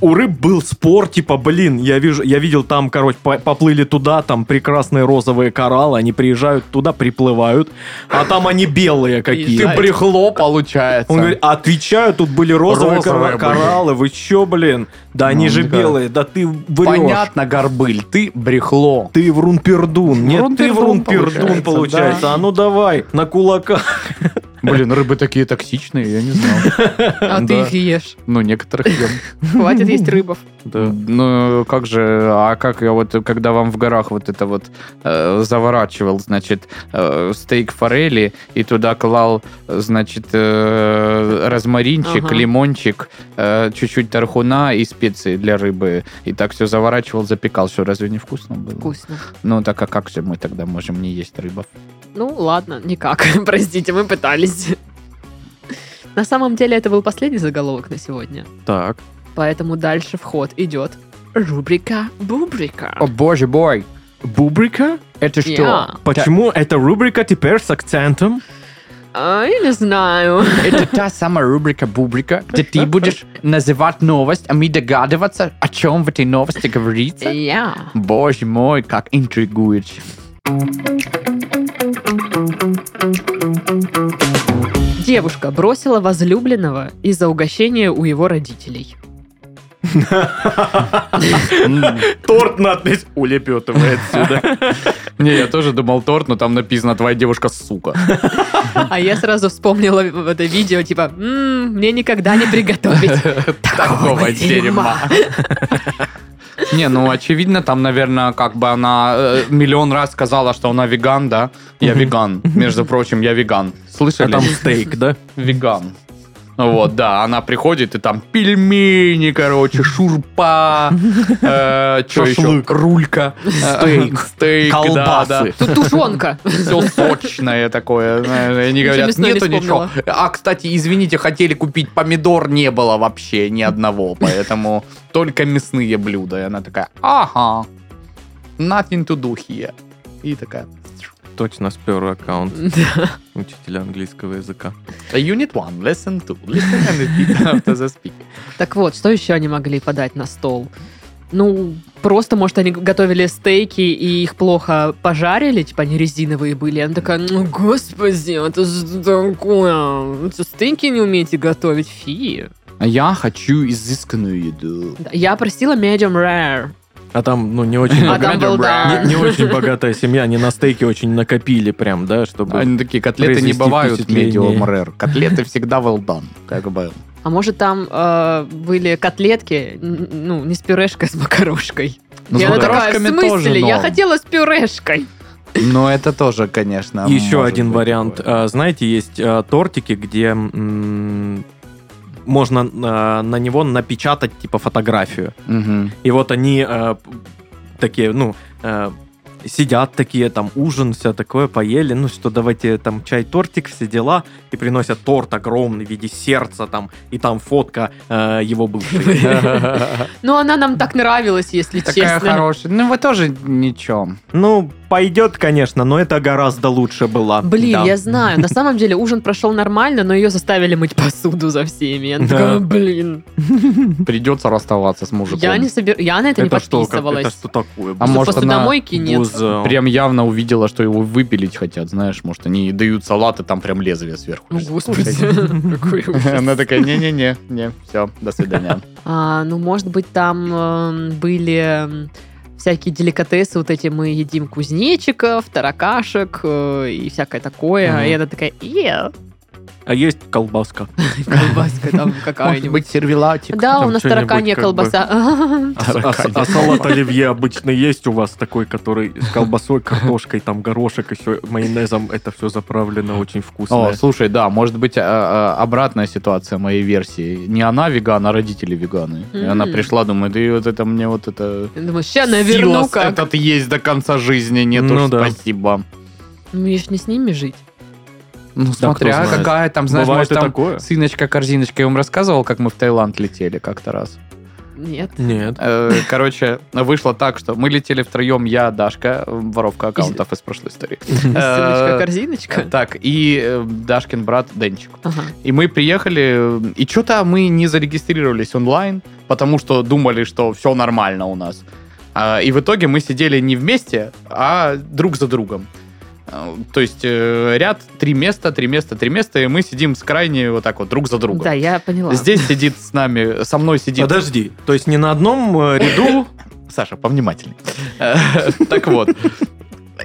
Speaker 3: у рыб был спор, типа, блин, я вижу, я видел там, короче, по- поплыли туда, там прекрасные розовые кораллы, они приезжают туда, приплывают, а там они белые
Speaker 2: Ты
Speaker 1: Да,
Speaker 3: какие.
Speaker 1: Приезжают. это-
Speaker 2: брехло, получается.
Speaker 3: Он говорит, отвечаю, тут были розовые, кора-
Speaker 2: Розовые
Speaker 3: кораллы, вы чё, блин? Да
Speaker 2: Ну,
Speaker 3: они же
Speaker 2: да.
Speaker 3: белые, да ты врешь.
Speaker 2: понятно, Горбыль, ты брехло.
Speaker 3: Ты врунпердун. Нет, ты
Speaker 2: Врунпердун
Speaker 3: врунпердун,
Speaker 2: получается,
Speaker 3: получается.
Speaker 2: да.
Speaker 3: А ну давай, на кулаках.
Speaker 2: Блин, рыбы такие токсичные, я не знал.
Speaker 1: А ты
Speaker 2: Да.
Speaker 1: их ешь.
Speaker 2: Ну, некоторых ем.
Speaker 1: Хватит есть рыбов.
Speaker 2: Ну, как же, а как я вот, когда вам в горах вот это вот э, заворачивал, значит, э, стейк форели и туда клал, значит, э, розмаринчик,
Speaker 1: Ага.
Speaker 2: лимончик, э, чуть-чуть тархуна и специи для рыбы. И так все заворачивал, запекал. Все, разве не вкусно было?
Speaker 1: Вкусно.
Speaker 2: Ну, так а как же мы тогда можем не есть рыбов?
Speaker 1: Ну, ладно, никак. Простите, мы пытались. На самом деле, это был последний заголовок на сегодня.
Speaker 3: Так.
Speaker 1: Поэтому дальше в ход идет рубрика Бубрика.
Speaker 2: боже бой,
Speaker 3: Бубрика?
Speaker 2: это
Speaker 1: Я.
Speaker 3: Почему эта рубрика теперь с акцентом?
Speaker 1: А, я не знаю.
Speaker 2: Это та самая рубрика Бубрика, где ты будешь называть новость, а мы догадываться, о чем в этой новости говорится.
Speaker 1: Я.
Speaker 2: Боже мой, как интригующе.
Speaker 1: Девушка бросила возлюбленного из-за угощения у его родителей.
Speaker 3: Торт надпись улепетывает отсюда.
Speaker 2: Не, я тоже думал торт, но там написано «Твоя девушка сука».
Speaker 1: А я сразу вспомнила в- это видео, типа, «М, мне никогда не приготовить такого дерьма.
Speaker 2: Не, ну очевидно, там, наверное, как бы она э, миллион раз сказала, что она веган, да? Я
Speaker 3: Мгм.
Speaker 2: веган. Между прочим, я веган.
Speaker 3: А
Speaker 2: Слышали?
Speaker 3: там стейк, да?
Speaker 2: веган. Ну Вот, да, она приходит, и там пельмени, короче, шурпа, э, чё еще?
Speaker 3: Шашлык.
Speaker 2: Рулька,
Speaker 3: Стейк.
Speaker 2: стейк, стейк, да, да.
Speaker 3: Колбасы.
Speaker 1: Тут тушенка.
Speaker 2: Все сочное такое. знаешь, Они говорят,
Speaker 1: мясное
Speaker 2: нету
Speaker 1: не
Speaker 2: ничего. А, кстати, извините, хотели купить помидор, не было вообще ни одного, поэтому только мясные блюда. И она такая, ага, nothing to do here. И такая,
Speaker 3: Точно спер аккаунт
Speaker 1: Да.
Speaker 3: учителя английского языка.
Speaker 2: unit one, lesson two, listen and repeat after the speaker.
Speaker 1: Так вот, что еще они могли подать на стол? Ну, просто, может, они готовили стейки и их плохо пожарили, типа они резиновые были. Она такая, ну, господи, это же такое? Вы что, стейки не умеете готовить? Фи.
Speaker 2: Я хочу изысканную еду.
Speaker 1: Да, Я просила medium rare.
Speaker 3: А там, ну, не очень...
Speaker 1: А
Speaker 3: бога-
Speaker 1: там был, да.
Speaker 3: Не не очень богатая семья, они на стейке очень накопили прям, да, чтобы...
Speaker 2: Они такие, котлеты не
Speaker 3: Произвести
Speaker 2: бывают
Speaker 3: впечатление.
Speaker 2: medium rare. Котлеты всегда well done, как бы.
Speaker 1: А может, там э, были котлетки, н- ну, не с пюрешкой, а с макарошкой.
Speaker 2: Ну,
Speaker 1: и
Speaker 2: с
Speaker 1: она такая, в
Speaker 2: макарошками
Speaker 1: смысле?
Speaker 2: тоже,
Speaker 1: Я
Speaker 2: но-
Speaker 1: хотела с пюрешкой.
Speaker 2: Но Ну, это тоже, конечно,
Speaker 3: Еще
Speaker 2: может
Speaker 3: один
Speaker 2: быть
Speaker 3: вариант.
Speaker 2: такое.
Speaker 3: А, Знаете, есть а, тортики, где м, можно а, на него напечатать, типа, фотографию.
Speaker 2: Мгм.
Speaker 3: И вот они э, п- такие, ну, э, сидят такие, там, ужин, все такое, поели, ну что, давайте там чай, тортик, все дела, и приносят торт огромный в виде сердца там, и там фотка э, его бывшей.
Speaker 1: Ну, она нам так нравилась, если
Speaker 2: Такая
Speaker 1: честно.
Speaker 2: хорошая. Ну, вы тоже ничем.
Speaker 3: Ну, пойдет, конечно, но это гораздо лучше было.
Speaker 1: Блин,
Speaker 3: А, Да.
Speaker 1: я знаю. На самом деле ужин прошел нормально, но ее заставили мыть посуду за всеми. Я такая,
Speaker 3: Да.
Speaker 1: блин,
Speaker 2: Придется расставаться с мужиком.
Speaker 1: я, не собер... я на это, не
Speaker 3: Это что, как-
Speaker 1: подписывалась.
Speaker 3: это что такое?
Speaker 2: А
Speaker 1: Что,
Speaker 2: может, она
Speaker 1: посудомойки нет.
Speaker 3: Буза.
Speaker 2: Прям явно увидела, что его выпилить хотят, знаешь, может, они и дают салат, и там прям лезвие сверху.
Speaker 1: Ну, господи, какой ужас.
Speaker 2: Она такая, не-не-не, не, все, до свидания.
Speaker 1: А, ну, может быть, там эм, были эм, всякие деликатесы, вот эти мы едим кузнечиков, таракашек э, и всякое такое.
Speaker 3: Мгм.
Speaker 1: И она такая, «Е,
Speaker 3: а есть колбаска.
Speaker 1: Колбаска там какая-нибудь. Да,
Speaker 2: сервелатик.
Speaker 3: типа, там
Speaker 1: у нас
Speaker 3: что-нибудь
Speaker 1: тараканья
Speaker 3: как бы.
Speaker 1: колбаса.
Speaker 3: А, с- а с- а салат оливье обычно есть у вас такой, который с колбасой, картошкой, там горошек, еще майонезом. Это все заправлено очень вкусно.
Speaker 2: О, слушай, да, может быть, а, а, обратная ситуация моей версии. Не она веган, а родители веганы. И она
Speaker 1: М.
Speaker 2: пришла, думает, и вот это мне вот это...
Speaker 1: Я думаю, сейчас
Speaker 2: Сила
Speaker 1: наверну как.
Speaker 2: этот есть до конца жизни, нет
Speaker 3: Ну
Speaker 2: уж,
Speaker 3: да.
Speaker 2: спасибо.
Speaker 1: Ну, я ж не с ними жить.
Speaker 2: Ну,
Speaker 3: кто
Speaker 2: смотря
Speaker 3: знает.
Speaker 2: какая там, знаешь,
Speaker 3: Бывает
Speaker 2: может,
Speaker 3: и
Speaker 2: там
Speaker 3: такое.
Speaker 2: сыночка корзиночка, я вам рассказывал, как мы в Таиланд летели как-то раз.
Speaker 1: Нет.
Speaker 3: Нет.
Speaker 2: Э, Короче, вышло так, что мы летели втроем, я, Дашка, воровка аккаунтов из прошлой истории.
Speaker 1: Ссылочка,
Speaker 2: Э,
Speaker 1: корзиночка.
Speaker 2: Так, и э, Дашкин брат Денчик.
Speaker 1: Ага.
Speaker 2: И мы приехали, э, и что-то мы не зарегистрировались онлайн, потому что думали, что все нормально у нас. А, И в итоге мы сидели не вместе, а друг за другом. А, То есть э, ряд, три места, три места, три места, и мы сидим с крайней вот так вот, друг за другом.
Speaker 1: Да, я поняла.
Speaker 2: Здесь сидит с нами, со мной
Speaker 3: А,
Speaker 2: сидит...
Speaker 3: Подожди, то есть не на одном э, ряду?
Speaker 2: Саша, повнимательней. Э, Так вот.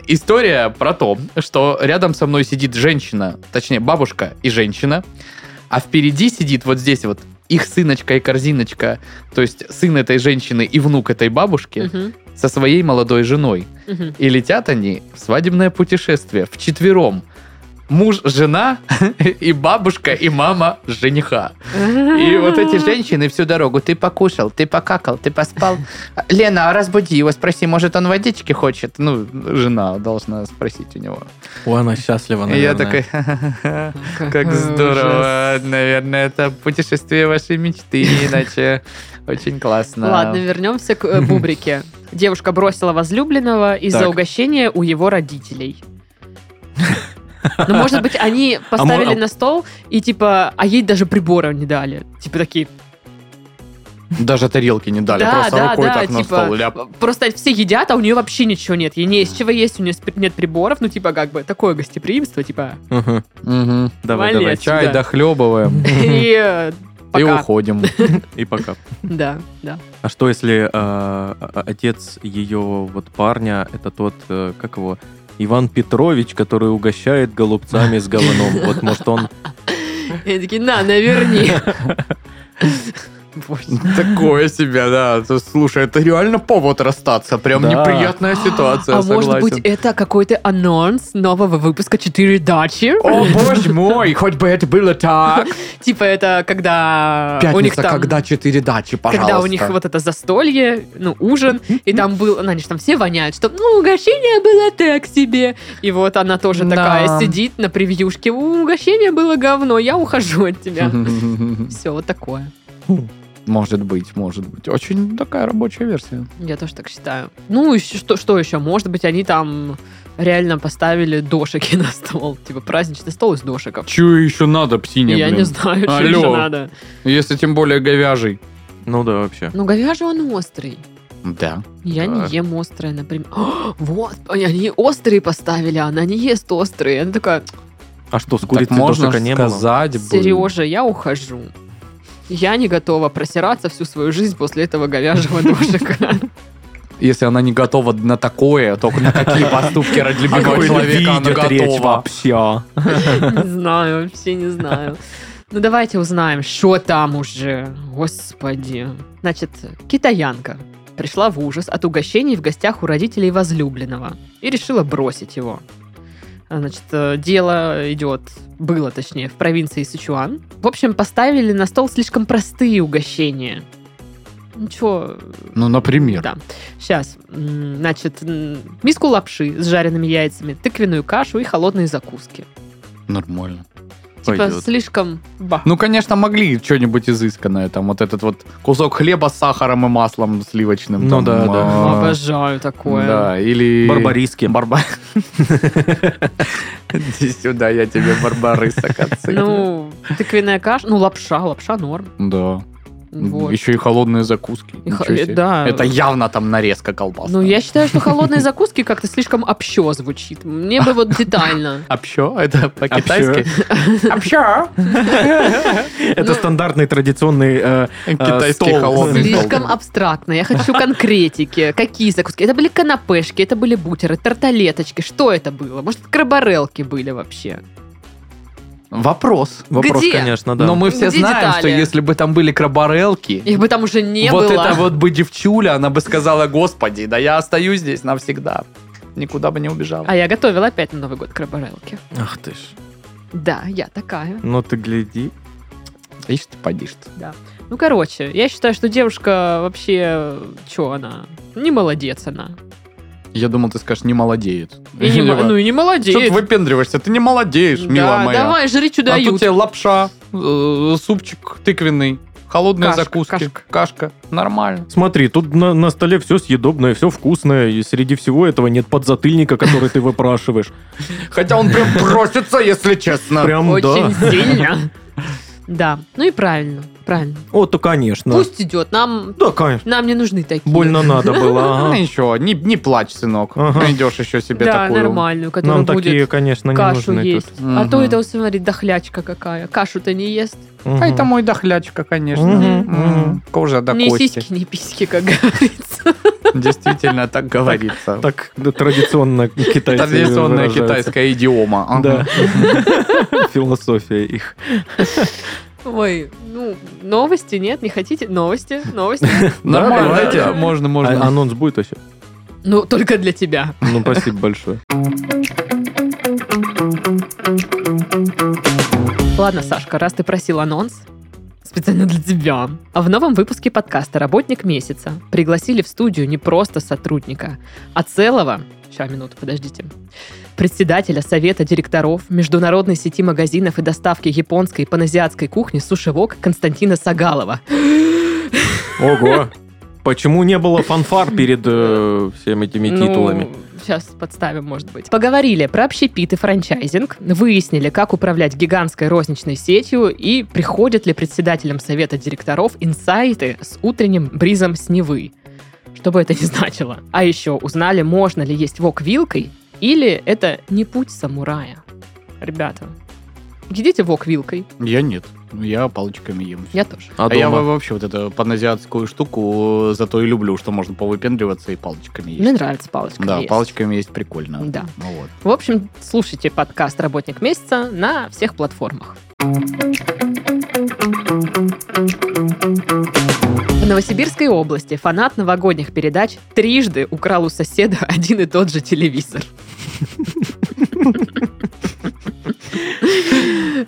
Speaker 2: История про то, что рядом со мной сидит женщина, точнее, бабушка и женщина, а впереди сидит вот здесь вот их сыночка и корзиночка, то есть сын этой женщины и внук этой бабушки
Speaker 1: Мгм,
Speaker 2: со своей молодой женой.
Speaker 1: мгм.
Speaker 2: И летят они в свадебное путешествие вчетвером. Муж, жена и бабушка и мама жениха. И вот эти женщины всю дорогу. Ты покушал, ты покакал, ты поспал. Лена, а разбуди его, спроси, может, он водички хочет? Ну, жена должна спросить у него.
Speaker 3: О, она счастлива,
Speaker 2: И я
Speaker 3: наверное.
Speaker 2: такой, как
Speaker 1: ужас.
Speaker 2: здорово. Наверное, это путешествие вашей мечты, иначе очень классно.
Speaker 1: Ладно, вернемся к э, бубрике. Девушка бросила возлюбленного из-за
Speaker 3: Так.
Speaker 1: угощения у его родителей. Ну, может быть, они
Speaker 3: А
Speaker 1: поставили
Speaker 3: мо- а-
Speaker 1: на стол и типа, а ей даже приборов не дали. Типа такие,
Speaker 2: Даже тарелки не дали,
Speaker 1: да,
Speaker 2: просто
Speaker 1: да,
Speaker 2: рукой
Speaker 1: да,
Speaker 2: так на
Speaker 1: типа,
Speaker 2: стол ляп.
Speaker 1: Просто все едят, а у нее вообще ничего нет. Ей не из чего есть, у нее спи- нет приборов. Ну, типа, как бы, такое гостеприимство, типа.
Speaker 3: Мгм.
Speaker 2: Мгм.
Speaker 3: Давай,
Speaker 1: Вали
Speaker 3: давай.
Speaker 1: отсюда.
Speaker 2: Чай дохлебываем
Speaker 1: И э,
Speaker 2: и
Speaker 1: пока.
Speaker 2: уходим.
Speaker 3: И пока.
Speaker 1: Да, да.
Speaker 3: А что если э, о- отец ее вот парня, это тот, э, как его, Иван Петрович, который угощает голубцами с говном? Вот может он...
Speaker 1: И они такие, на, наверни.
Speaker 2: Такое себе, да. Слушай, это реально повод расстаться. Прям
Speaker 3: Да.
Speaker 2: неприятная ситуация,
Speaker 1: А может
Speaker 2: согласен.
Speaker 1: быть, это какой-то анонс нового выпуска «Четыре дачи»?
Speaker 2: О, боже мой, хоть бы это было так.
Speaker 1: Типа это когда у них там...
Speaker 2: четыре дачи,
Speaker 1: Когда у них вот это застолье, ну, ужин,
Speaker 2: М-м-м.
Speaker 1: и там был, ну, они же там все воняют, что, ну, угощение было так себе. И вот она тоже
Speaker 2: Да.
Speaker 1: такая сидит на превьюшке, «У, угощение было говно, я ухожу от тебя. Все, вот такое.
Speaker 2: Может быть, может быть. Очень такая рабочая версия.
Speaker 1: Я тоже так считаю. Ну, и что, что еще? Может быть, они там реально поставили дошики на стол. Типа праздничный стол из дошиков.
Speaker 2: Чего еще надо, псине,
Speaker 1: я не знаю, что
Speaker 2: Алло.
Speaker 1: еще надо.
Speaker 2: Если тем более говяжий.
Speaker 3: Ну да, вообще.
Speaker 1: Ну, говяжий он острый.
Speaker 2: Да.
Speaker 1: Я
Speaker 3: Да.
Speaker 1: не ем острое, например. О, вот, они острые поставили, а она не ест острые. Она такая,
Speaker 3: А что, с курицей
Speaker 2: можно
Speaker 3: дошика не было?
Speaker 2: сказать бы.
Speaker 1: Сережа, я ухожу. Я не готова просираться всю свою жизнь после этого говяжьего ножика.
Speaker 2: Если она не готова на такое, то на какие поступки ради любимого
Speaker 3: А какой
Speaker 2: человека она
Speaker 3: видит речь
Speaker 2: готова?
Speaker 3: вообще?
Speaker 1: Не знаю, вообще не знаю. Ну, давайте узнаем, что там уже. Господи. Значит, китаянка пришла в ужас от угощений в гостях у родителей возлюбленного и решила бросить его. А, Значит, э, дело идет, было точнее, в провинции Сычуан. В общем, поставили на стол слишком простые угощения. Ничего, э,
Speaker 2: Ну, например.
Speaker 1: да. Сейчас. Значит, м, миску лапши с жареными яйцами, тыквенную кашу и холодные закуски.
Speaker 2: Нормально.
Speaker 1: Типа
Speaker 3: Пойдет.
Speaker 1: слишком ба.
Speaker 2: Ну, конечно, могли что-нибудь изысканное, там, вот этот вот кусок хлеба с сахаром и маслом сливочным.
Speaker 3: Ну
Speaker 2: там,
Speaker 3: да, да.
Speaker 2: а,
Speaker 1: Обожаю такое.
Speaker 2: Да, или...
Speaker 3: Барбариски.
Speaker 2: Барба... Иди сюда, я тебе барбарысок отсыплю.
Speaker 1: Ну, тыквенная каша, ну, лапша, лапша норм.
Speaker 2: Да.
Speaker 1: Вот.
Speaker 2: Еще и холодные закуски.
Speaker 1: И хо-
Speaker 2: Ничего себе.
Speaker 1: да.
Speaker 2: Это явно там нарезка колбаса.
Speaker 1: Ну, я считаю, что холодные закуски как-то слишком общо звучит. Мне бы вот детально.
Speaker 2: Общо? Это по-китайски?
Speaker 3: Общо. Это
Speaker 1: Ну.
Speaker 3: стандартный традиционный... э,
Speaker 2: Китайский
Speaker 3: стол.
Speaker 2: холодный стол.
Speaker 1: А, Слишком абстрактно. Я хочу конкретики. Какие закуски? Это были канапешки, это были бутеры, тарталеточки. Что это было? Может, крабарелки были вообще?
Speaker 4: Вопрос.
Speaker 3: Вопрос,
Speaker 1: Где? Ну,
Speaker 3: конечно, да.
Speaker 4: Но мы все
Speaker 1: Где
Speaker 4: знаем,
Speaker 1: детали?
Speaker 4: что если бы там были краборелки,
Speaker 1: Их бы там уже не
Speaker 4: вот
Speaker 1: было.
Speaker 4: эта вот бы девчуля, она бы сказала, господи, да я остаюсь здесь навсегда. Никуда бы не убежала.
Speaker 1: А я готовила опять на Новый год краборелки.
Speaker 3: Ах ты ж.
Speaker 1: Да, я такая.
Speaker 3: Ну ты гляди.
Speaker 4: Ишь ты, подишь ты.
Speaker 1: Ну, короче, я считаю, что девушка вообще... Че она? Не молодец она.
Speaker 2: Я думал, ты скажешь, не молодеет.
Speaker 1: И не мо- ну и не
Speaker 2: Что ты
Speaker 1: молодеет.
Speaker 2: выпендриваешься? Ты не молодеешь,
Speaker 1: Да,
Speaker 2: милая моя.
Speaker 1: давай, жри, что
Speaker 2: а тут
Speaker 1: дают.
Speaker 2: тебе лапша, э, супчик тыквенный, холодные
Speaker 1: Кашка,
Speaker 2: закуски,
Speaker 1: кашка.
Speaker 2: кашка.
Speaker 4: Нормально.
Speaker 3: Смотри, тут на, на столе все съедобное, все вкусное, и среди всего этого нет подзатыльника, который ты выпрашиваешь.
Speaker 2: Хотя он прям просится, если честно.
Speaker 3: Прям да.
Speaker 1: Очень сильно. Да, ну и правильно, правильно.
Speaker 3: О, то конечно.
Speaker 1: Пусть идет, нам
Speaker 3: Да, конечно.
Speaker 1: нам не нужны такие.
Speaker 3: Больно надо было.
Speaker 2: Ну,
Speaker 3: ага.
Speaker 2: ничего, не, не плачь, сынок.
Speaker 3: Ага.
Speaker 2: Найдешь еще себе
Speaker 1: Да,
Speaker 2: такую.
Speaker 1: нормальную, которая
Speaker 3: Нам такие,
Speaker 1: будет
Speaker 3: конечно, не
Speaker 1: кашу
Speaker 3: нужны
Speaker 1: есть.
Speaker 3: тут.
Speaker 1: А то
Speaker 2: Мгм.
Speaker 1: это, смотри, дохлячка какая. Кашу-то не ест.
Speaker 3: Мгм.
Speaker 4: А это мой дохлячка, конечно.
Speaker 3: Мгм,
Speaker 4: М,
Speaker 3: мгм.
Speaker 4: Кожа до
Speaker 1: ни
Speaker 4: кости.
Speaker 1: сиськи, ни письки, как говорится.
Speaker 2: Действительно, так говорится.
Speaker 3: Так да, традиционно китайцы
Speaker 2: Традиционная
Speaker 3: выражаются.
Speaker 2: китайская идиома. Ага.
Speaker 3: Да. Философия их.
Speaker 1: Ой, ну, новости нет, не хотите? Новости, новости.
Speaker 2: Нормально,
Speaker 3: Да,
Speaker 2: да,
Speaker 3: давайте.
Speaker 2: можно,
Speaker 3: А-
Speaker 2: можно.
Speaker 3: Анонс будет вообще?
Speaker 1: Ну, только для тебя.
Speaker 3: Ну, спасибо большое.
Speaker 1: Ладно, Сашка, раз ты просил анонс, специально для тебя. А в новом выпуске подкаста «Работник месяца» пригласили в студию не просто сотрудника, а целого... Сейчас, минуту, подождите. Председателя Совета директоров Международной сети магазинов и доставки японской и паназиатской кухни «Сушевок» Константина Сагалова.
Speaker 3: Ого. Почему не было фанфар перед э, всеми этими титулами?
Speaker 1: Сейчас Ну, подставим, может быть. Поговорили про общепит и франчайзинг, выяснили, как управлять гигантской розничной сетью и приходят ли председателям совета директоров инсайты с утренним бризом с Невы. Что бы это ни значило. А еще узнали, можно ли есть вок вилкой или это не путь самурая. Ребята, едите вок вилкой.
Speaker 2: Я нет. Я палочками ем.
Speaker 1: Я тоже.
Speaker 3: А
Speaker 2: А я
Speaker 3: дома?
Speaker 2: во- вообще вот эту паназиатскую штуку э, зато и люблю, что можно повыпендриваться и палочками есть.
Speaker 1: Мне нравится палочка.
Speaker 2: Да,
Speaker 1: Ну, есть.
Speaker 2: палочками есть прикольно.
Speaker 1: Да.
Speaker 2: Ну вот.
Speaker 1: В общем, слушайте подкаст «Работник месяца» на всех платформах. В Новосибирской области фанат новогодних передач трижды украл у соседа один и тот же телевизор.
Speaker 2: Ну,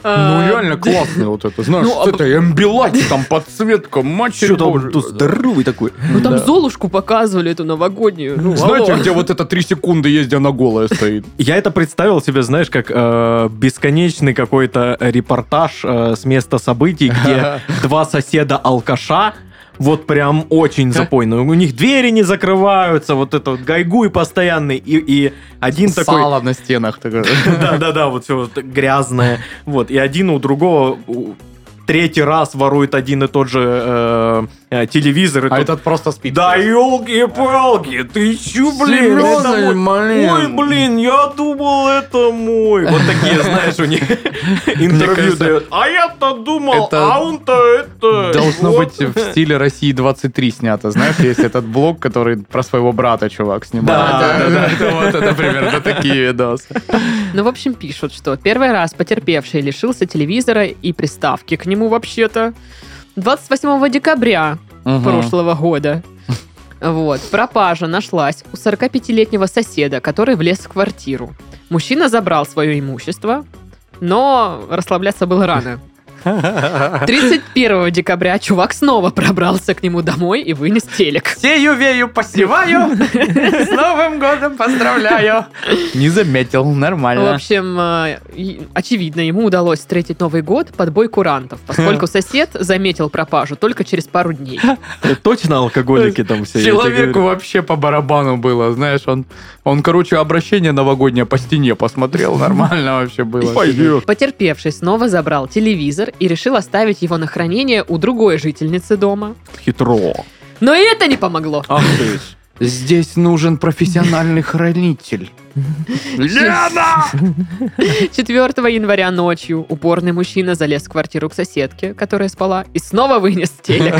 Speaker 1: А,
Speaker 2: реально классный вот это, знаешь,
Speaker 1: Э, Ну,
Speaker 2: с
Speaker 1: а-
Speaker 2: этой эмбилати, там подсветка, матч.
Speaker 3: Чё там тут здоровый такой?
Speaker 1: Ну там
Speaker 2: да.
Speaker 1: Золушку показывали, эту новогоднюю. Ну,
Speaker 2: Знаете,
Speaker 1: алло.
Speaker 2: где вот это три секунды есть, где она голая стоит?
Speaker 3: Я это представил себе, знаешь, как э, бесконечный какой-то репортаж э, с места событий, где два соседа-алкаша вот прям очень запойно. У них двери не закрываются, вот это вот гайгуй постоянный, и, и один такой...
Speaker 2: Сало на стенах. такое.
Speaker 3: Да-да-да, вот все грязное. Вот, и один у другого у- третий раз ворует один и тот же э, э, телевизор. и
Speaker 2: А
Speaker 3: тот-
Speaker 2: этот просто спит.
Speaker 3: Да елки-палки, ты чё, блин? это
Speaker 2: Серьезно,
Speaker 3: мой-
Speaker 2: блин?
Speaker 3: Ой, блин, я думал, это мой. Вот такие, знаешь, у них интервью
Speaker 2: кажется,
Speaker 3: дают. А я-то думал,
Speaker 2: это
Speaker 3: а он-то это...
Speaker 2: Должно
Speaker 3: вот».
Speaker 2: быть в стиле России 23 снято, знаешь, есть этот блог, который про своего брата чувак снимает.
Speaker 3: Да, да, да.
Speaker 2: Это вот, это примерно такие видосы.
Speaker 1: Ну, в общем, пишут, что первый раз потерпевший лишился телевизора и приставки к нему вообще-то 28 декабря прошлого года. Вот, пропажа нашлась у 45-летнего соседа, который влез в квартиру. Мужчина забрал свое имущество, но расслабляться было рано. 31 декабря чувак снова пробрался к нему домой и вынес телек.
Speaker 2: Сею, вею, посеваю. С Новым годом поздравляю. Не заметил,
Speaker 1: В
Speaker 2: нормально.
Speaker 1: общем, э, и- очевидно, ему удалось встретить Новый год под бой курантов, поскольку сосед заметил пропажу только через пару дней.
Speaker 3: Это э, Точно алкоголики там все? я тебе
Speaker 2: Человеку
Speaker 3: говорю.
Speaker 2: вообще по барабану было, знаешь, он, он, короче, обращение новогоднее по стене посмотрел, нормально вообще было.
Speaker 3: Пойдет.
Speaker 1: Потерпевший снова забрал телевизор и решил оставить его на хранение у другой жительницы дома.
Speaker 3: Хитро.
Speaker 1: Но и это не помогло.
Speaker 3: Ах ты ж.
Speaker 2: Здесь нужен профессиональный хранитель. Лена!
Speaker 1: 4 января ночью упорный мужчина залез в квартиру к соседке, которая спала, и снова вынес телек.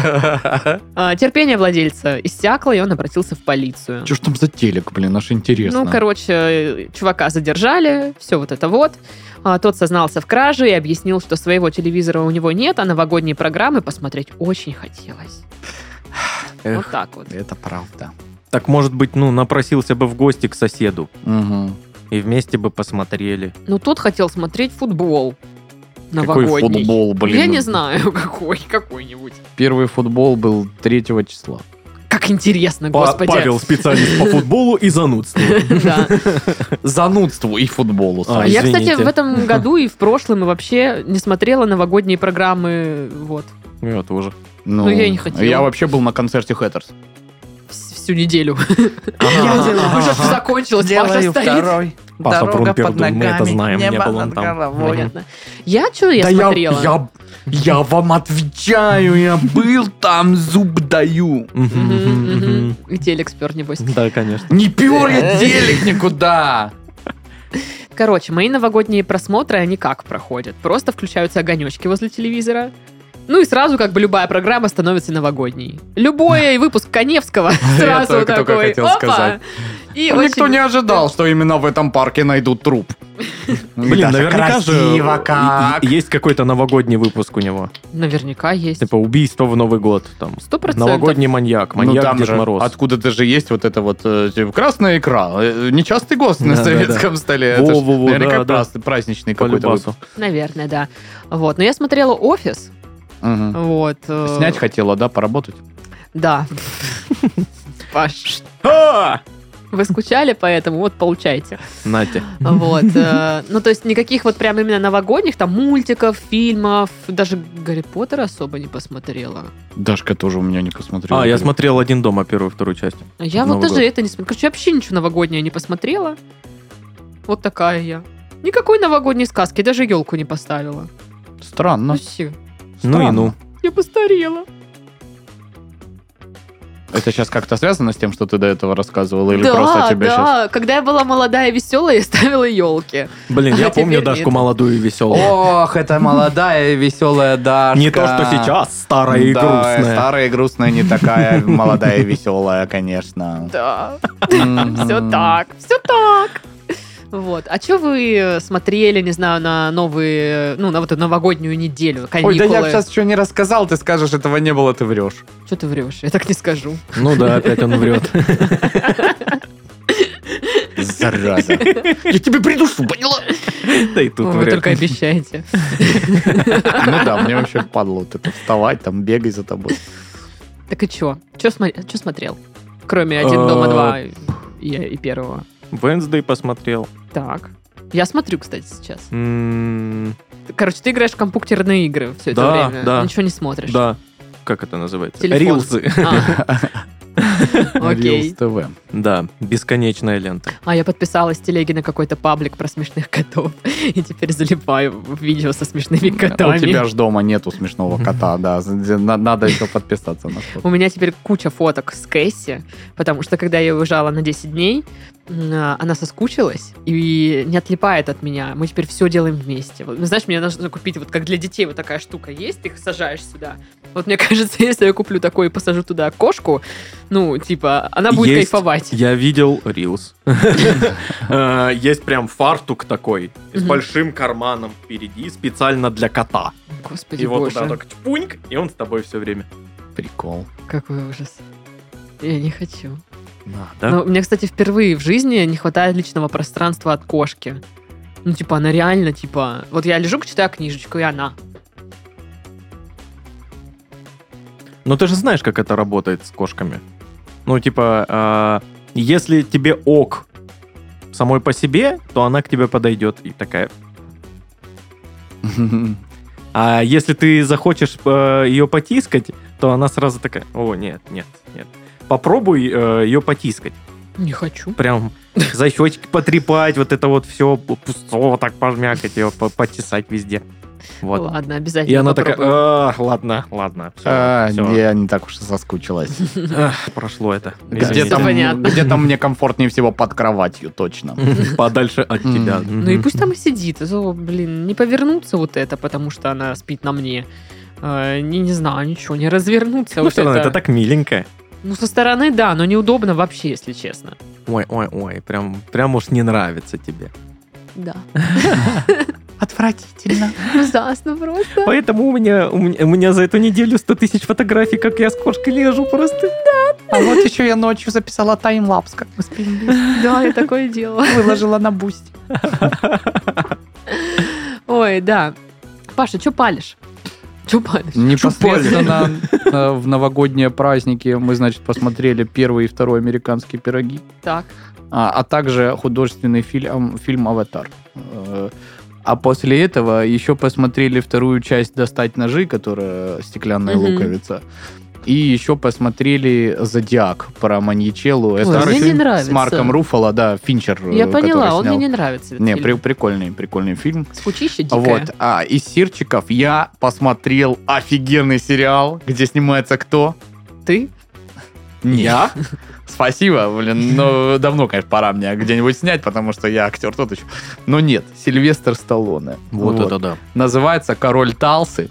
Speaker 1: А, Терпение владельца иссякло, и он обратился в полицию.
Speaker 2: Че ж там за телек, блин, аж интересно.
Speaker 1: Ну, короче, чувака задержали, все вот это вот. А, А, Тот сознался в краже и объяснил, что своего телевизора у него нет, а новогодние программы посмотреть очень хотелось.
Speaker 2: Эх.
Speaker 1: Вот так вот.
Speaker 2: Это правда.
Speaker 3: Так, может быть, ну, напросился бы в гости к соседу.
Speaker 2: Мгм.
Speaker 3: И вместе бы посмотрели.
Speaker 1: Ну, тот хотел смотреть футбол
Speaker 2: Какой
Speaker 1: новогодний.
Speaker 2: футбол, блин.
Speaker 1: Я не знаю, какой, какой-нибудь.
Speaker 2: Первый футбол был 3 числа.
Speaker 1: Как интересно,
Speaker 3: Па-
Speaker 1: господи.
Speaker 3: Павел специалист по футболу и занудству.
Speaker 1: Да.
Speaker 2: Занудству и футболу.
Speaker 3: А,
Speaker 2: Сань.
Speaker 1: Я, кстати,
Speaker 3: извините.
Speaker 1: в этом году и в прошлом, и вообще не смотрела новогодние программы. Вот.
Speaker 3: Я тоже.
Speaker 1: ну, я не хотела.
Speaker 2: Я вообще был на концерте Хэттерс.
Speaker 1: Вс- Всю неделю.
Speaker 3: Ага.
Speaker 4: делаю.
Speaker 1: Уже
Speaker 3: Ага.
Speaker 1: всё закончилось, Паша стоит.
Speaker 3: Паша
Speaker 4: Дорога
Speaker 3: Брунпер,
Speaker 4: под
Speaker 3: да, мы это
Speaker 4: ногами,
Speaker 3: знаем, не
Speaker 4: небо
Speaker 3: был он
Speaker 4: над
Speaker 3: там.
Speaker 4: головой.
Speaker 1: Понятно. Я что, я
Speaker 2: да
Speaker 1: смотрела?
Speaker 2: Я, я вам отвечаю, я был там, зуб даю.
Speaker 3: Мгм,
Speaker 1: Мгм,
Speaker 3: мгм,
Speaker 1: мгм. И телек спер, небось.
Speaker 3: мгм. Да, конечно.
Speaker 2: Не пер я телек никуда.
Speaker 1: Короче, мои новогодние просмотры, они как проходят? Просто включаются огонечки возле телевизора, ну и сразу как бы любая программа становится новогодней. Любой и выпуск Коневского сразу
Speaker 2: только- только
Speaker 1: такой.
Speaker 2: хотел
Speaker 1: «Опа!»
Speaker 2: сказать.
Speaker 1: И
Speaker 2: Никто
Speaker 1: очень-
Speaker 2: не ожидал, что именно в этом парке найдут труп.
Speaker 3: Блин,
Speaker 2: Даже
Speaker 3: наверняка же
Speaker 2: красиво
Speaker 3: и-
Speaker 2: как.
Speaker 3: и- и есть какой-то новогодний выпуск у него.
Speaker 1: Наверняка есть.
Speaker 3: Типа убийство в Новый год. Там.
Speaker 1: Сто процентов.
Speaker 3: Новогодний маньяк,
Speaker 2: ну,
Speaker 3: маньяк
Speaker 2: там
Speaker 3: Дед
Speaker 2: же
Speaker 3: Мороз.
Speaker 2: откуда-то же есть вот это вот э, типа, красная икра. Э, Нечастый гость на
Speaker 3: Да, да,
Speaker 2: советском столе. Это ж
Speaker 3: Во-во-во,
Speaker 2: наверняка
Speaker 3: да, да.
Speaker 2: прас- праздничный
Speaker 3: По
Speaker 2: какой-то
Speaker 3: любасу.
Speaker 2: выпуск.
Speaker 1: Наверное, да. Вот. Но я смотрела «Офис».
Speaker 2: Мгм.
Speaker 1: Вот. э,
Speaker 2: Снять хотела, да, поработать?
Speaker 1: Да. Паш,
Speaker 3: А!
Speaker 1: вы скучали, поэтому вот получайте.
Speaker 3: Нате.
Speaker 1: Вот. э, Ну, то есть никаких вот прям именно новогодних, там, мультиков, фильмов, даже Гарри Поттера особо не посмотрела.
Speaker 2: Дашка тоже у меня не посмотрела.
Speaker 3: А, я смотрел «Один дома» первую, вторую часть.
Speaker 1: А Я
Speaker 3: Новый
Speaker 1: вот даже
Speaker 3: год.
Speaker 1: это не смотрела. Короче, я вообще ничего новогоднее не посмотрела. Вот такая я. Никакой новогодней сказки, даже елку не поставила. Ну
Speaker 2: Странно.
Speaker 1: все,
Speaker 3: Ну и ну.
Speaker 1: я постарела.
Speaker 2: Это сейчас как-то связано с тем, что ты до этого рассказывала? Ну, Или
Speaker 1: да,
Speaker 2: просто тебе
Speaker 1: да.
Speaker 2: сейчас...
Speaker 1: Когда я была молодая и веселая, я ставила елки.
Speaker 3: Блин, я
Speaker 1: А теперь
Speaker 3: помню Дашку
Speaker 1: нет.
Speaker 3: молодую и веселую.
Speaker 4: Ох, это молодая и веселая Дашка.
Speaker 3: Не то, что сейчас, старая и
Speaker 2: Да,
Speaker 3: грустная.
Speaker 2: Старая и грустная не такая молодая и веселая, конечно.
Speaker 1: Да, все
Speaker 2: Все
Speaker 1: так, все так. Вот. А что вы смотрели, не знаю, на новые, ну, на вот эту новогоднюю неделю,
Speaker 4: Ой, да
Speaker 1: каникулы?
Speaker 4: я сейчас что не рассказал, ты скажешь, этого не было, ты врешь.
Speaker 1: Что ты врешь? Я так не скажу.
Speaker 3: Ну да, опять он врет.
Speaker 2: Зараза. Я тебе придушу, поняла?
Speaker 3: Да и тут
Speaker 1: Вы
Speaker 3: врет.
Speaker 1: только обещаете.
Speaker 2: Ну да, мне вообще падло вот это вставать, там бегай за тобой.
Speaker 1: Так и чё? Чё, смо- чё смотрел? Кроме «Один дома
Speaker 3: Э,
Speaker 1: два» и, и первого.
Speaker 3: Венсдей посмотрел.
Speaker 1: Так. Я смотрю, кстати, сейчас.
Speaker 3: М,
Speaker 1: Короче, ты играешь в компьютерные игры все это
Speaker 3: Да,
Speaker 1: время.
Speaker 3: да.
Speaker 1: Ничего не смотришь.
Speaker 3: Да. Как это называется?
Speaker 1: Телефон.
Speaker 3: Рилзы.
Speaker 1: А.
Speaker 2: Reels
Speaker 1: Окей.
Speaker 2: TV.
Speaker 3: Да, бесконечная лента.
Speaker 1: А я подписалась в телеге на какой-то паблик про смешных котов. И теперь залипаю в видео со смешными
Speaker 2: У тебя
Speaker 1: котами.
Speaker 2: ж дома нету смешного кота, да. на- Надо еще подписаться на что-то.
Speaker 1: У меня теперь куча фоток с Кэсси, потому что когда я уезжала на 10 дней, м, а, она соскучилась и не отлипает от меня. Мы теперь все делаем вместе. Вот, ну, знаешь, мне нужно купить, вот как для детей вот такая штука есть, ты их сажаешь сюда. Вот мне кажется, если я куплю такое и посажу туда кошку, ну, типа, она будет
Speaker 3: Есть.
Speaker 1: кайфовать.
Speaker 3: Я видел Рилс. Э, Есть прям фартук такой, с
Speaker 1: Мгм.
Speaker 3: большим карманом впереди, специально для кота.
Speaker 1: Господи
Speaker 3: И вот
Speaker 1: боже,
Speaker 3: туда так чпуньк, и он с тобой все время.
Speaker 2: Прикол.
Speaker 1: какой ужас. Я не хочу.
Speaker 3: Надо.
Speaker 1: Ну, мне, кстати, впервые в жизни не хватает личного пространства от кошки. Ну, типа, она реально, типа... Вот я лежу, читаю книжечку, и она.
Speaker 3: Но Ну, ты же знаешь, как это работает с кошками. Ну, типа, э, если тебе ок самой по себе, то она к тебе подойдет и такая. А если ты захочешь э, ее потискать, то она сразу такая, о, нет, нет, нет. Попробуй э, ее потискать.
Speaker 1: Не хочу.
Speaker 3: прям за щечки потрепать, вот это вот все пустого так пожмякать, ее по- потесать везде. Вот.
Speaker 1: Ладно, обязательно
Speaker 3: И она
Speaker 1: попробую.
Speaker 3: такая, «А, ладно, ладно, все,
Speaker 2: А, Я не так уж и соскучилась.
Speaker 3: прошло это.
Speaker 2: Где
Speaker 1: Всё
Speaker 2: там,
Speaker 1: понятно.
Speaker 2: где там мне комфортнее всего под кроватью, точно.
Speaker 3: Извините. Подальше от
Speaker 2: М.
Speaker 3: тебя.
Speaker 1: Ну и пусть там и сидит. А то, блин, не повернуться вот это, потому что она спит на мне. Э, не, не знаю, ничего, не развернуться.
Speaker 3: Ну
Speaker 1: вот
Speaker 3: все равно, это так миленько.
Speaker 1: Ну, со стороны, да, но неудобно вообще, если честно.
Speaker 3: Ой, ой, ой, прям, прям уж не нравится тебе.
Speaker 1: Да.
Speaker 2: Отвратительно.
Speaker 1: Ужасно просто.
Speaker 3: Поэтому у меня, у меня, у меня за эту неделю 100 тысяч фотографий, как я с кошкой лежу просто.
Speaker 2: А вот еще я ночью записала таймлапс, как мы спим.
Speaker 1: Да, я такое делала.
Speaker 2: Выложила на бусть.
Speaker 1: Ой, да. Паша, что палишь? Что палишь?
Speaker 2: Непосредственно э, в новогодние праздники мы, значит, посмотрели первый и второй американские пироги,
Speaker 1: Так.
Speaker 2: а, а также художественный фильм, фильм «Аватар». Э, А после этого еще посмотрели вторую часть «Достать ножи», которая стеклянная
Speaker 1: Мгм.
Speaker 2: луковица. И еще посмотрели «Зодиак» про Маньячеллу. Это
Speaker 1: мне не
Speaker 2: фильм с
Speaker 1: нравится.
Speaker 2: Марком Руффало, да, Финчер. э,
Speaker 1: Я
Speaker 2: который
Speaker 1: поняла, он
Speaker 2: снял.
Speaker 1: мне не нравится. этот
Speaker 2: Не,
Speaker 1: фильм.
Speaker 2: при- прикольный, прикольный фильм.
Speaker 1: Скучище дикое.
Speaker 2: Вот, а из сирчиков я посмотрел офигенный сериал, где снимается кто?
Speaker 1: Ты?
Speaker 2: Я? Спасибо, блин, но давно, конечно, пора мне где-нибудь снять, потому что я актер тот еще. Но нет, Сильвестр Сталлоне.
Speaker 3: да.
Speaker 2: Называется «Король Талсы».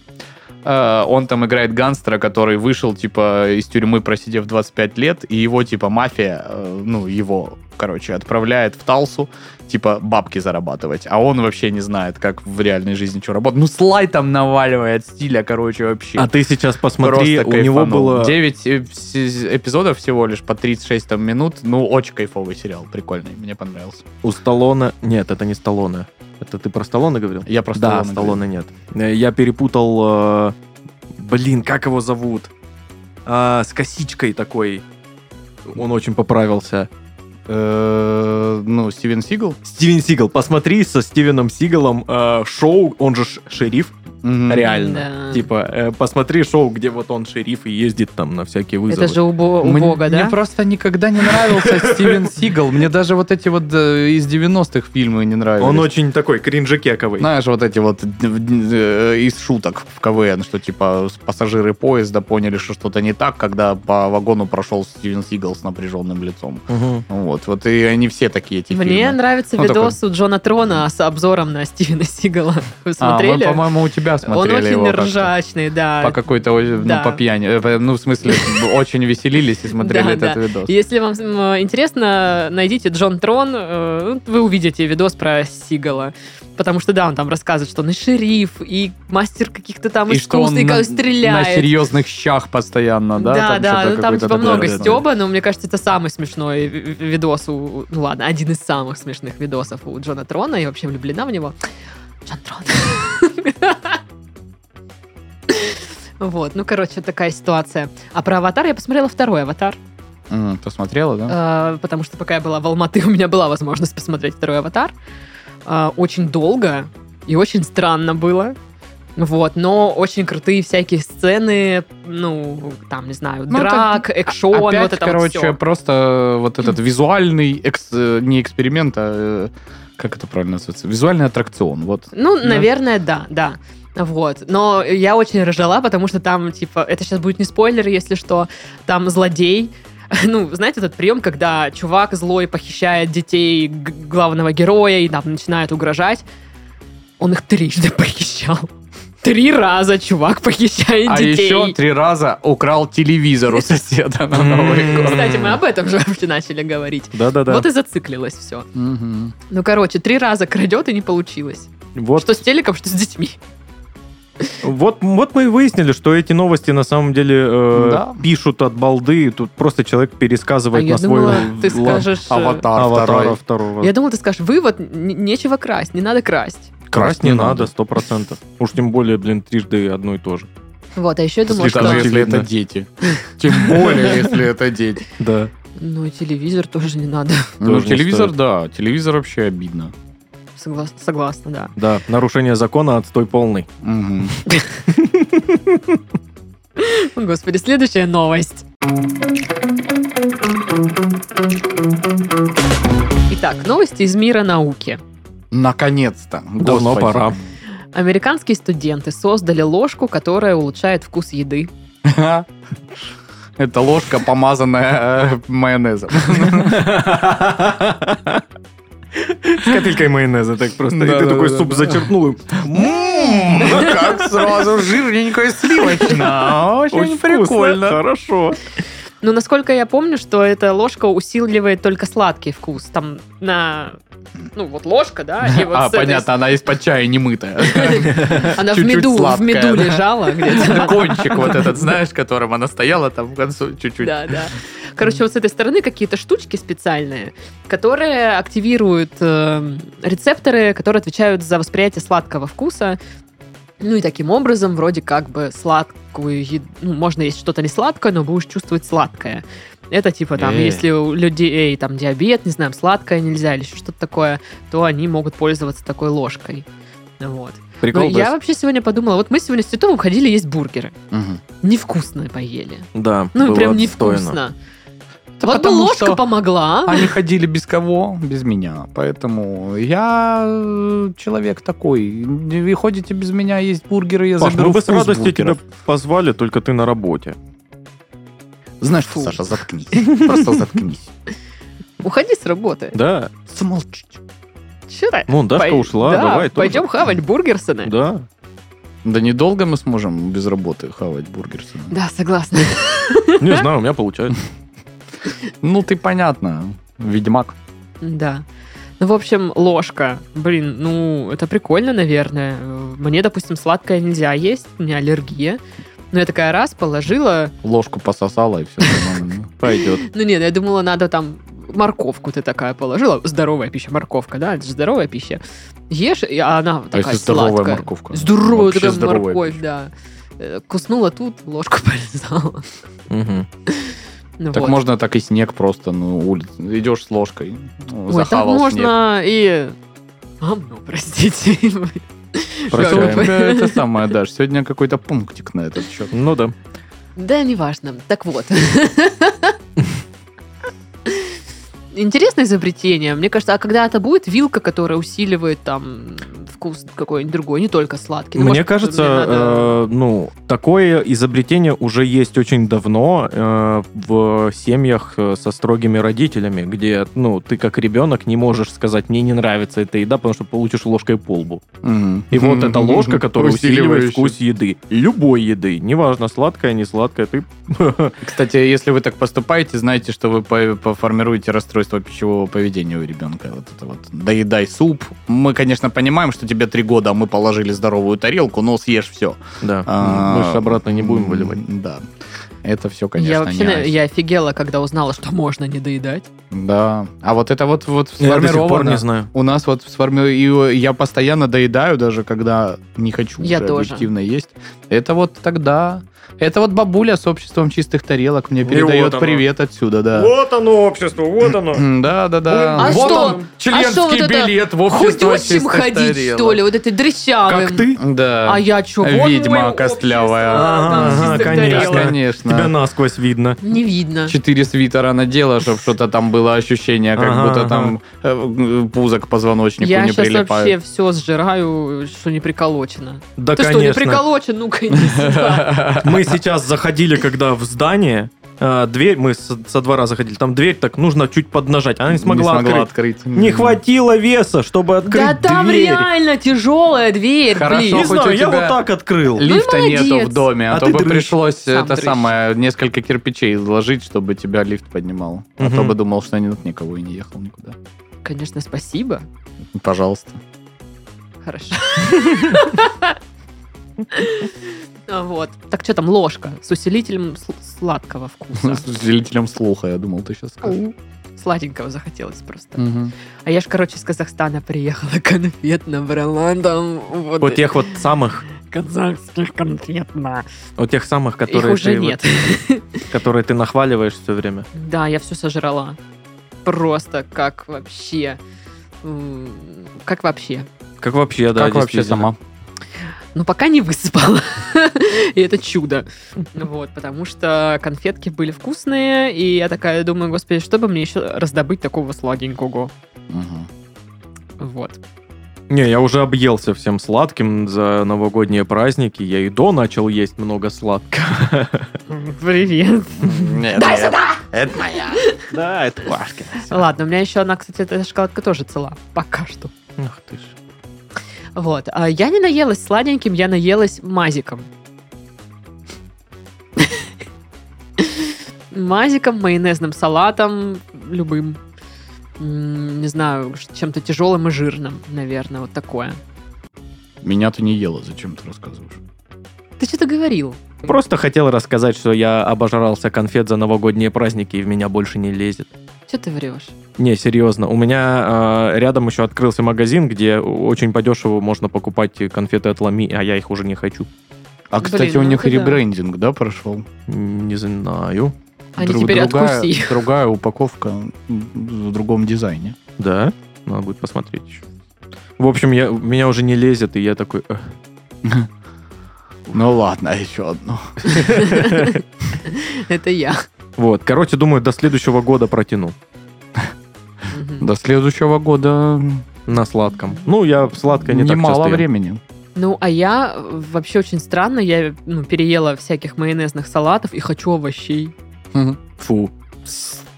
Speaker 2: Э, Он там играет гангстера, который вышел, типа, из тюрьмы, просидев 25 лет, и его, типа, мафия, э, ну, его, короче, отправляет в Талсу, типа, бабки зарабатывать. А он вообще не знает, как в реальной жизни что работать. Ну, слай там наваливает стиля, короче, вообще.
Speaker 3: А ты сейчас посмотри,
Speaker 2: Просто
Speaker 3: у него
Speaker 2: кайфанул.
Speaker 3: было...
Speaker 2: 9 э, с- эпизодов всего лишь по 36 там минут. Ну, очень кайфовый сериал, прикольный, мне понравился.
Speaker 3: У Сталлоне... Нет, это не Сталлоне. Это ты про Сталлоне говорил?
Speaker 2: Я просто...
Speaker 3: да,
Speaker 2: Лондон.
Speaker 3: Сталлоне нет. Э, Я перепутал... э, Блин, как его зовут? А, С косичкой такой. Он очень поправился.
Speaker 2: Э, Ну, Стивен Сигал?
Speaker 3: Стивен Сигал. Посмотри со Стивеном Сигалом э, шоу, он же ш- шериф,
Speaker 2: Мгм.
Speaker 3: реально.
Speaker 1: Да.
Speaker 3: Типа, э, посмотри шоу, где вот он шериф и ездит там на всякие вызовы.
Speaker 1: Это же убо-
Speaker 2: Мне-
Speaker 1: убого,
Speaker 2: Мне
Speaker 1: да?
Speaker 2: просто никогда не нравился Стивен Сигал. Мне даже вот эти вот э, из 90-х фильмы не нравились.
Speaker 3: Он очень такой кринжекековый.
Speaker 2: Знаешь, вот эти вот э, из шуток в КВН, что типа с- пассажиры поезда поняли, что что-то не так, когда по вагону прошел Стивен Сигал с напряженным лицом. Ну
Speaker 3: Мгм.
Speaker 2: Вот, вот и они все такие эти
Speaker 1: Мне
Speaker 2: фильмы.
Speaker 1: нравится
Speaker 2: Ну,
Speaker 1: видос у Джона Трона с обзором на Стивена Сигала. Вы смотрели?
Speaker 2: А, мы, по-моему, у тебя
Speaker 1: Он
Speaker 2: смотрели его
Speaker 1: очень
Speaker 2: как-то.
Speaker 1: ржачный, да.
Speaker 2: По какой-то, о- ну,
Speaker 1: Да.
Speaker 2: по пьяни. Э, по- Ну, в смысле, очень веселились и смотрели
Speaker 1: Да,
Speaker 2: этот
Speaker 1: да.
Speaker 2: видос.
Speaker 1: Если вам м, интересно, найдите Джон Трон, э, вы увидите видос про Сигала. Потому что, да, он там рассказывает, что он и шериф, и мастер каких-то там
Speaker 2: И что
Speaker 1: искусств,
Speaker 2: он
Speaker 1: и как
Speaker 2: на, на
Speaker 1: стреляет.
Speaker 2: серьезных щах постоянно, да?
Speaker 1: да, да,
Speaker 2: что-то
Speaker 1: ну, там
Speaker 2: какой-то
Speaker 1: типа
Speaker 2: такой
Speaker 1: много
Speaker 2: разный.
Speaker 1: стеба, но мне кажется, это самый смешной ви- ви- видос у... Ну ладно, один из самых смешных видосов у Джона Трона, я вообще влюблена в него. Джон Трон. Вот, ну, короче, такая ситуация. А про «Аватар» я посмотрела второй «Аватар».
Speaker 2: М, Посмотрела, да?
Speaker 1: Э, потому что пока я была в Алматы, у меня была возможность посмотреть второй «Аватар». Э, Очень долго и очень странно было. Вот, но очень крутые всякие сцены, ну, там, не знаю,
Speaker 2: Ну, это
Speaker 1: драк, экшон, вот
Speaker 2: Опять,
Speaker 1: это
Speaker 2: короче,
Speaker 1: вот всё.
Speaker 2: просто э, вот этот визуальный, экс- э, не эксперимент, а э, как это правильно называется? Визуальный аттракцион, вот.
Speaker 1: Ну,
Speaker 2: Да.
Speaker 1: наверное, да, да. Вот. Но я очень ржала, потому что там, типа, это сейчас будет не спойлер, если что, там злодей. Ну, знаете, этот прием, когда чувак злой похищает детей г- главного героя и там начинает угрожать. Он их трижды похищал. Три раза чувак похищает
Speaker 2: А
Speaker 1: детей.
Speaker 2: еще три раза украл телевизор у соседа на Новый год.
Speaker 1: Кстати, мы об этом же вообще начали говорить.
Speaker 3: Да-да-да.
Speaker 1: Вот и зациклилось все.
Speaker 2: Мгм.
Speaker 1: Ну, короче, три раза крадет и не получилось.
Speaker 3: Вот
Speaker 1: Что с телеком, что с детьми.
Speaker 3: Вот, вот мы и выяснили, что эти новости на самом деле э,
Speaker 2: Да.
Speaker 3: пишут от балды. Тут просто человек
Speaker 1: А
Speaker 3: пересказывает на
Speaker 1: я
Speaker 3: свой
Speaker 1: думала,
Speaker 3: л-
Speaker 1: ты
Speaker 3: л-
Speaker 1: скажешь... э,
Speaker 2: Аватар,
Speaker 3: аватара
Speaker 2: второй.
Speaker 3: второго.
Speaker 1: Я думал, ты скажешь, вывод, н- нечего красть, не надо красть.
Speaker 3: Красть не надо, сто процентов. Уж тем более, блин, трижды одно и то же.
Speaker 1: Вот, а еще я думала,
Speaker 3: Слишком
Speaker 1: что...
Speaker 3: же-
Speaker 2: Даже если
Speaker 3: Очевидно.
Speaker 2: это дети. Тем более, если это дети.
Speaker 3: Да.
Speaker 1: Ну, и телевизор тоже не надо.
Speaker 2: Ну,
Speaker 3: Тоже не
Speaker 2: телевизор,
Speaker 3: стоит.
Speaker 2: да. Телевизор вообще обидно.
Speaker 1: Согласна, согласна, да.
Speaker 3: Да, нарушение закона отстой полный.
Speaker 2: Мгм.
Speaker 1: Господи, следующая новость. Итак, новости из мира науки.
Speaker 2: Наконец-то.
Speaker 3: Давно
Speaker 2: Господи.
Speaker 3: пора.
Speaker 1: Американские студенты создали ложку, которая улучшает вкус еды.
Speaker 2: Это ложка, помазанная э, майонезом.
Speaker 3: С капелькой майонеза так просто. И
Speaker 2: Да,
Speaker 3: ты
Speaker 2: да,
Speaker 3: такой
Speaker 2: да,
Speaker 3: суп
Speaker 2: да.
Speaker 3: зачерпнул. и
Speaker 2: Ммм, как сразу жирненько и сливочно.
Speaker 3: Очень
Speaker 2: Очень
Speaker 3: прикольно.
Speaker 2: прикольно.
Speaker 3: Хорошо.
Speaker 1: Но насколько я помню, что эта ложка усиливает только сладкий вкус. Там на ну, вот ложка, да, и вот
Speaker 2: а,
Speaker 1: с этой-
Speaker 2: понятно, она из-под чая не мытая.
Speaker 1: Она в
Speaker 2: чуть-чуть
Speaker 1: меду, в
Speaker 2: сладкая,
Speaker 1: меду
Speaker 2: да.
Speaker 1: лежала где-то.
Speaker 2: Кончик вот этот, знаешь, которым она стояла там в концу чуть-чуть.
Speaker 1: Да, да. Короче, вот с этой стороны какие-то штучки специальные, которые активируют э, рецепторы, которые отвечают за восприятие сладкого вкуса. Ну и таким образом вроде как бы сладкую еду... Ну, можно есть что-то не сладкое, но будешь чувствовать сладкое. Это типа там,
Speaker 2: Э.
Speaker 1: если у людей эй, там диабет, не знаю, сладкое нельзя или еще что-то такое, то они могут пользоваться такой ложкой. Вот. Но
Speaker 3: Прикол,
Speaker 1: Ну, я
Speaker 3: да?
Speaker 1: вообще сегодня подумала, вот мы сегодня с Титовым ходили есть бургеры.
Speaker 2: Мгм.
Speaker 1: Невкусные поели.
Speaker 3: Да,
Speaker 1: Ну,
Speaker 3: было
Speaker 1: и прям
Speaker 3: отстойно.
Speaker 1: невкусно.
Speaker 2: Да
Speaker 1: вот бы
Speaker 2: потому
Speaker 1: ложка
Speaker 2: что А
Speaker 1: помогла.
Speaker 2: Они ходили без кого? Без меня. Поэтому я э, человек такой. Вы ходите без меня, есть бургеры, я
Speaker 3: Паш,
Speaker 2: заберу
Speaker 3: мы бы с
Speaker 2: вкус
Speaker 3: радостью тебя
Speaker 2: бургеров.
Speaker 3: позвали, только ты на работе.
Speaker 2: Знаешь,
Speaker 1: Фу.
Speaker 2: Саша, заткнись. Просто заткнись.
Speaker 1: Уходи с работы.
Speaker 3: Да.
Speaker 2: Замолчите.
Speaker 1: Че ты?
Speaker 3: Ну, Дашка
Speaker 1: Пой-
Speaker 3: ушла,
Speaker 1: Да,
Speaker 3: давай тоже.
Speaker 1: пойдем хавать бургерсоны. Да,
Speaker 3: Да.
Speaker 2: Да недолго мы сможем без работы хавать бургер.
Speaker 1: согласна.
Speaker 3: Не знаю, у меня получается.
Speaker 2: Ну, ты понятно. Ведьмак.
Speaker 1: Да. Ну, в общем, ложка. Блин, ну, это прикольно, наверное. Мне, допустим, сладкое нельзя есть, у меня аллергия. Но я такая раз положила.
Speaker 2: Ложку пососала и все.
Speaker 3: Пойдет.
Speaker 1: Ну, нет, я думала, надо там морковку ты такая положила. Здоровая пища, морковка, да? Это же здоровая пища. Ешь, и а она
Speaker 2: А
Speaker 1: такая
Speaker 2: если здоровая
Speaker 1: сладкая.
Speaker 2: морковка?
Speaker 1: Здоровая
Speaker 2: ну, Вообще
Speaker 1: такая
Speaker 2: здоровая
Speaker 1: морковь,
Speaker 2: пища.
Speaker 1: да. Э, Куснула тут, ложку полезала.
Speaker 3: Мгм.
Speaker 1: Ну
Speaker 2: Так
Speaker 1: вот.
Speaker 2: можно так и снег просто, ну, улиц. Идешь с ложкой, ну,
Speaker 1: Ой, так
Speaker 2: захавал снег.
Speaker 1: можно и... Мам, ну, простите.
Speaker 2: Просто у
Speaker 1: Как бы.
Speaker 2: тебя это самое, Даш, сегодня какой-то пунктик на этот счет.
Speaker 3: Ну да.
Speaker 1: Да, неважно. Так вот. Интересное изобретение. Мне кажется, а когда это будет вилка, которая усиливает там вкус какой-нибудь другой, не только сладкий. Ну,
Speaker 3: Мне
Speaker 1: может,
Speaker 3: кажется,
Speaker 1: мне надо-
Speaker 3: э, ну, такое изобретение уже есть очень давно э, в семьях э, со строгими родителями, где, ну, ты как ребенок не можешь сказать, мне не нравится эта еда, потому что получишь ложкой по лбу. И вот эта ложка, которая усиливает вкус еды. Любой еды. Неважно, сладкая, не сладкая. Ты...
Speaker 2: Кстати, если вы так поступаете, знаете, что вы по- поформируете расстройство пищевого поведения у ребенка. Вот это вот. Доедай суп. Мы, конечно, понимаем, что тебе три года, а мы положили здоровую тарелку, но съешь все.
Speaker 3: Да. Мы же обратно не будем выливать.
Speaker 2: Да. Это все, конечно,
Speaker 1: я вообще
Speaker 2: не
Speaker 1: на-
Speaker 2: айс.
Speaker 1: я офигела, когда узнала, что можно не доедать.
Speaker 2: Да. А вот это вот, вот
Speaker 3: Я до сих пор
Speaker 2: сформировано.
Speaker 3: не знаю.
Speaker 2: У нас вот сформировано. Я постоянно доедаю, даже когда не хочу
Speaker 1: Я
Speaker 2: уже
Speaker 1: тоже.
Speaker 2: объективно есть. Это вот тогда. Это вот бабуля с обществом чистых тарелок мне
Speaker 3: И вот
Speaker 2: передает
Speaker 3: оно.
Speaker 2: привет отсюда, да.
Speaker 3: Вот оно, общество, вот оно.
Speaker 2: М, Да, да, да.
Speaker 1: А
Speaker 2: вот
Speaker 1: что? А
Speaker 2: он,
Speaker 1: что вот
Speaker 2: членский
Speaker 1: это
Speaker 2: билет в общество
Speaker 1: Худющим
Speaker 2: чистых
Speaker 1: ходить,
Speaker 2: тарелок.
Speaker 1: что ли, вот этой дрыщавым.
Speaker 3: Как ты?
Speaker 2: Да.
Speaker 1: А я чего?
Speaker 2: Ведьма костлявая.
Speaker 3: Ага,
Speaker 2: Да,
Speaker 3: конечно.
Speaker 2: конечно.
Speaker 3: Тебя насквозь видно.
Speaker 1: Не видно.
Speaker 2: Четыре свитера надела, чтобы что-то там было ощущение, как
Speaker 3: Ага,
Speaker 2: будто
Speaker 3: ага.
Speaker 2: там э, э, пузо к позвоночнику
Speaker 1: Я
Speaker 2: не
Speaker 1: сейчас вообще
Speaker 2: прилипает.
Speaker 1: все сжираю, что не приколочено.
Speaker 3: Да,
Speaker 1: ты
Speaker 3: конечно.
Speaker 1: что, не приколочен? Ну-ка, иди сюда.
Speaker 3: Мы сейчас заходили, когда в здание, э, дверь, мы с- со двора заходили, там дверь так нужно чуть поднажать, она не смогла, открыть. Не хватило веса, чтобы открыть
Speaker 1: Да там
Speaker 3: дверь.
Speaker 1: реально тяжелая дверь,
Speaker 2: Хорошо,
Speaker 1: блин.
Speaker 3: Не
Speaker 2: Хоть у
Speaker 3: знаю, я
Speaker 2: тебя-
Speaker 3: вот так открыл.
Speaker 1: Ли-
Speaker 2: Лифта
Speaker 1: молодец.
Speaker 2: нету в доме, а,
Speaker 3: А
Speaker 2: то
Speaker 3: ты
Speaker 2: бы
Speaker 3: дрыщ.
Speaker 2: пришлось
Speaker 1: Сам
Speaker 2: это
Speaker 1: дрыщ.
Speaker 2: самое несколько кирпичей заложить, чтобы тебя лифт поднимал. А то
Speaker 3: Мгм.
Speaker 2: бы думал, что нет никого и не ехал никуда.
Speaker 1: Конечно, спасибо.
Speaker 2: Пожалуйста.
Speaker 1: Хорошо. А Вот. Так что там ложка с усилителем сл- сладкого вкуса.
Speaker 2: С делителем слуха, я думал, ты сейчас скажешь.
Speaker 1: Сладенького захотелось просто.
Speaker 2: Мгм.
Speaker 1: А я ж, короче, из Казахстана приехала, конфет набрала там. Вот,
Speaker 3: Вот тех вот самых,
Speaker 1: казахских конфет, на.
Speaker 3: вот тех самых,
Speaker 1: Их
Speaker 3: которые
Speaker 1: уже
Speaker 3: ты, вот-
Speaker 1: нет.
Speaker 3: которые ты нахваливаешь все время.
Speaker 1: Да, я все сожрала. Просто как вообще... м, Как вообще?
Speaker 3: Как вообще, да,
Speaker 2: Как вообще
Speaker 3: действительно.
Speaker 2: сама?
Speaker 1: Ну, пока не высыпала. И это чудо. Вот, потому что конфетки были вкусные, и я такая думаю, господи, что бы мне еще раздобыть такого сладенького?
Speaker 2: Мгм.
Speaker 1: Вот.
Speaker 3: Не, я уже объелся всем сладким за новогодние праздники. Я и до начал есть много сладкого.
Speaker 1: Привет. Дай сюда!
Speaker 2: Это моя.
Speaker 3: Да, это Пашкина.
Speaker 1: Ладно, у меня еще одна, кстати, эта шоколадка тоже цела. Пока что.
Speaker 3: Ах ты ж.
Speaker 1: Вот. А я не наелась сладеньким, я наелась мазиком. Мазиком, майонезным салатом, любым. м, не знаю, ш- чем-то тяжелым и жирным, наверное, вот такое.
Speaker 2: Меня ты не ела, зачем ты рассказываешь?
Speaker 1: Ты что-то говорил.
Speaker 3: Просто хотел рассказать, что я обожрался конфет за новогодние праздники и в меня больше не лезет.
Speaker 1: Что ты врешь?
Speaker 3: Не, серьезно. У меня э, рядом еще открылся магазин, где очень подешево можно покупать конфеты от Лами, а я их уже не хочу.
Speaker 2: А,
Speaker 1: Блин,
Speaker 2: кстати, у
Speaker 1: ну
Speaker 2: них
Speaker 1: это да.
Speaker 2: ребрендинг, да, прошел?
Speaker 3: М, Не знаю.
Speaker 1: Они
Speaker 2: Друг-
Speaker 1: теперь
Speaker 2: другая,
Speaker 1: откуси.
Speaker 2: другая упаковка м, в другом дизайне.
Speaker 3: Да? Надо будет посмотреть еще. В общем, я, меня уже не лезет, и я такой... «Эх».
Speaker 2: Ну ладно, еще одно.
Speaker 1: Это я.
Speaker 3: Вот, короче, думаю, до следующего года протяну.
Speaker 1: Мгм.
Speaker 2: До следующего года
Speaker 3: На сладком. Ну, я в сладкое не так
Speaker 2: немало
Speaker 3: часто ем.
Speaker 2: времени.
Speaker 1: Ну, а я э, вообще очень странно. Я ну, переела всяких майонезных салатов и хочу овощей.
Speaker 2: Фу.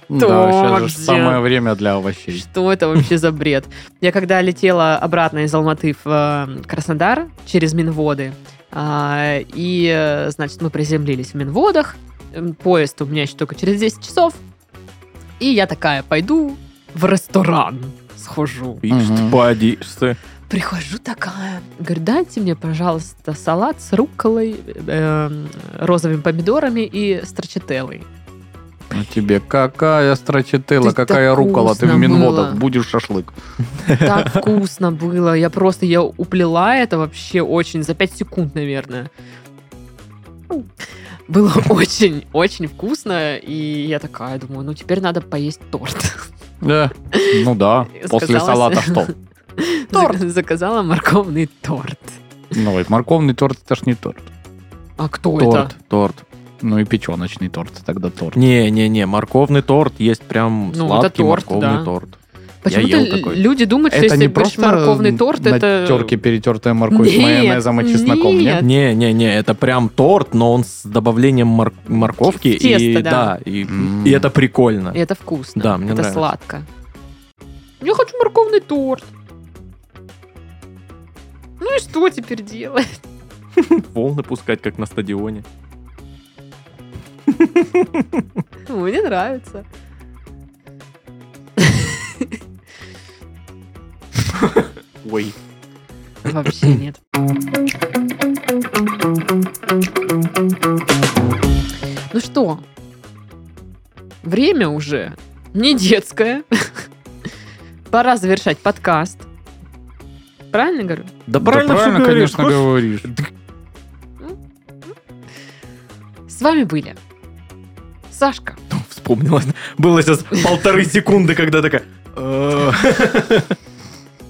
Speaker 2: Да, сейчас же
Speaker 1: где?
Speaker 2: самое время для овощей.
Speaker 1: Что это вообще за бред? Я когда летела обратно из Алматы в э, Краснодар через Минводы, а, и, э, значит, мы приземлились в Минводах, Эм, поезд у меня еще только через 10 часов, и я такая, пойду в ресторан схожу.
Speaker 3: Ишь ты,
Speaker 2: Мгм.
Speaker 3: поди, ишь ты.
Speaker 1: Прихожу такая, говорю, дайте мне, пожалуйста, салат с рукколой, эм, розовыми помидорами и строчителлой.
Speaker 2: А тебе какая строчетыла,
Speaker 1: Ты
Speaker 2: какая
Speaker 1: так
Speaker 2: рукола, ты в
Speaker 1: вкусно
Speaker 2: Минводах
Speaker 1: было.
Speaker 2: будешь шашлык.
Speaker 1: Так вкусно было. Я просто, я уплела это вообще очень, за 5 секунд, наверное. Было очень, очень вкусно, и я такая думаю, ну теперь надо поесть торт.
Speaker 2: Да. Ну да, после
Speaker 1: Сказала
Speaker 2: салата
Speaker 1: себе.
Speaker 2: что?
Speaker 1: Торт! Заказала морковный торт.
Speaker 2: Ну, и морковный торт, это ж не торт.
Speaker 1: А кто
Speaker 3: Торт, торт.
Speaker 2: Ну и печеночный торт, тогда торт.
Speaker 3: Не-не-не, морковный торт есть прям
Speaker 1: Ну, это
Speaker 3: сладкий
Speaker 1: торт,
Speaker 3: морковный
Speaker 1: да.
Speaker 3: торт.
Speaker 1: это?
Speaker 3: Я
Speaker 1: Почему-то
Speaker 3: ел такой.
Speaker 1: люди думают, что если будешь морковный торт,
Speaker 2: на
Speaker 1: это...
Speaker 2: терке перетертая морковь с
Speaker 1: Нет,
Speaker 2: майонезом и чесноком,
Speaker 1: нет.
Speaker 2: нет?
Speaker 3: Не-не-не, это прям торт, но он с добавлением мор- морковки.
Speaker 1: В тесто,
Speaker 3: и,
Speaker 1: да.
Speaker 3: и,
Speaker 2: М.
Speaker 3: и это прикольно.
Speaker 1: И это вкусно.
Speaker 3: Да, мне
Speaker 1: это
Speaker 3: нравится.
Speaker 1: сладко. Я хочу морковный торт. Ну и что теперь делать?
Speaker 3: Волны пускать, как на стадионе.
Speaker 1: Ну, Мне нравится.
Speaker 2: Ой.
Speaker 1: Вообще нет. Ну что? Время уже не детское. Пора завершать подкаст. Правильно говорю?
Speaker 3: Да
Speaker 2: да
Speaker 3: всё
Speaker 2: правильно
Speaker 3: говоришь,
Speaker 2: конечно,
Speaker 3: просто-
Speaker 2: говоришь.
Speaker 1: С вами были Сашка,
Speaker 3: Вспомнилось. Было сейчас полторы секунды, когда такая... «Э,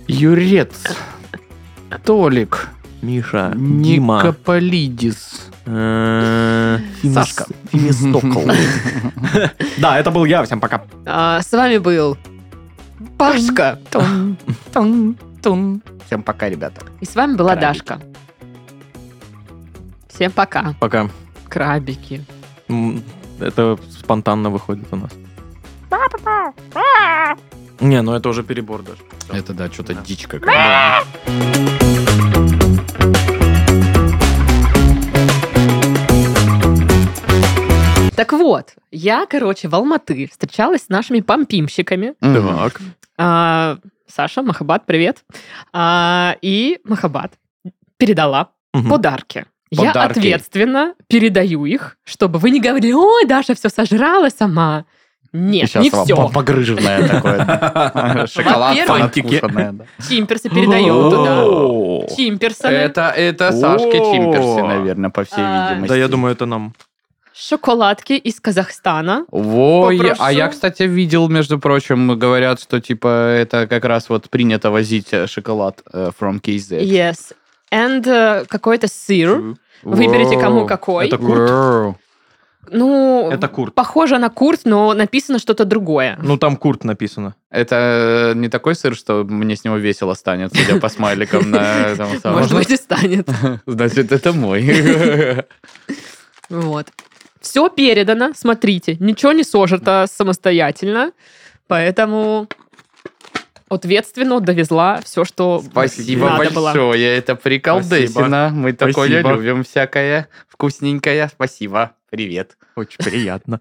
Speaker 2: Юрец. Толик. А,
Speaker 3: Миша, Дима,
Speaker 2: Никополидис.
Speaker 3: э, Фимис-
Speaker 2: Сашка.
Speaker 3: Фимистокл. Да, это был я. Всем пока.
Speaker 1: а, с вами был Пашка.
Speaker 2: Всем пока, ребята.
Speaker 1: И с вами была
Speaker 3: Крабики.
Speaker 1: Дашка. Всем пока,
Speaker 3: Пока.
Speaker 1: крабики.
Speaker 3: М, Это спонтанно выходит у нас. Не, ну это уже перебор даже. Всё.
Speaker 2: Это да, что-то
Speaker 3: Да.
Speaker 2: дичь какая-то.
Speaker 1: Так вот, я, короче, в Алматы встречалась с нашими помпимщиками.
Speaker 2: Так.
Speaker 1: А, Саша, Махабат, привет. А, и Махабат передала
Speaker 3: Мгм.
Speaker 1: подарки. Я
Speaker 2: Подарки.
Speaker 1: ответственно передаю их, чтобы вы не говорили, ой, Даша все сожрала сама. Нет,
Speaker 2: Сейчас
Speaker 1: не
Speaker 2: вам
Speaker 1: все.
Speaker 2: погрыженное такое. Шоколад
Speaker 1: Во-первых.
Speaker 2: надкушенное, да.
Speaker 1: Чимперсы передаем туда.
Speaker 3: О,
Speaker 1: Чимперсоны.
Speaker 2: Это, это Сашки
Speaker 3: О.
Speaker 2: Чимперсы, наверное, по всей
Speaker 1: А,
Speaker 2: видимости.
Speaker 3: Да, я думаю, это нам.
Speaker 1: Шоколадки из Казахстана.
Speaker 2: Ой,
Speaker 1: Попрошу.
Speaker 2: а я, кстати, видел, между прочим, говорят, что типа это как раз вот принято возить э, шоколад э, from KZ.
Speaker 1: Yes. And э, какой-то сыр. Выберите,
Speaker 2: Воу.
Speaker 1: кому какой.
Speaker 3: Это курт.
Speaker 2: Воу.
Speaker 1: Ну,
Speaker 3: Это курт.
Speaker 1: похоже на курт, но написано что-то другое.
Speaker 3: Ну там курт написано.
Speaker 2: Это э, не такой сыр, что мне с него весело станет, судя по смайликам на этом самом.
Speaker 1: Может быть, и станет.
Speaker 2: Значит, это мой.
Speaker 1: Вот. Все передано, смотрите. Ничего не сожито самостоятельно. Поэтому ответственно довезла все, что
Speaker 2: Спасибо
Speaker 1: надо было.
Speaker 2: большое, это приколдесина. Мы такое
Speaker 3: Спасибо.
Speaker 2: любим всякое вкусненькое. Спасибо, привет.
Speaker 3: Очень приятно.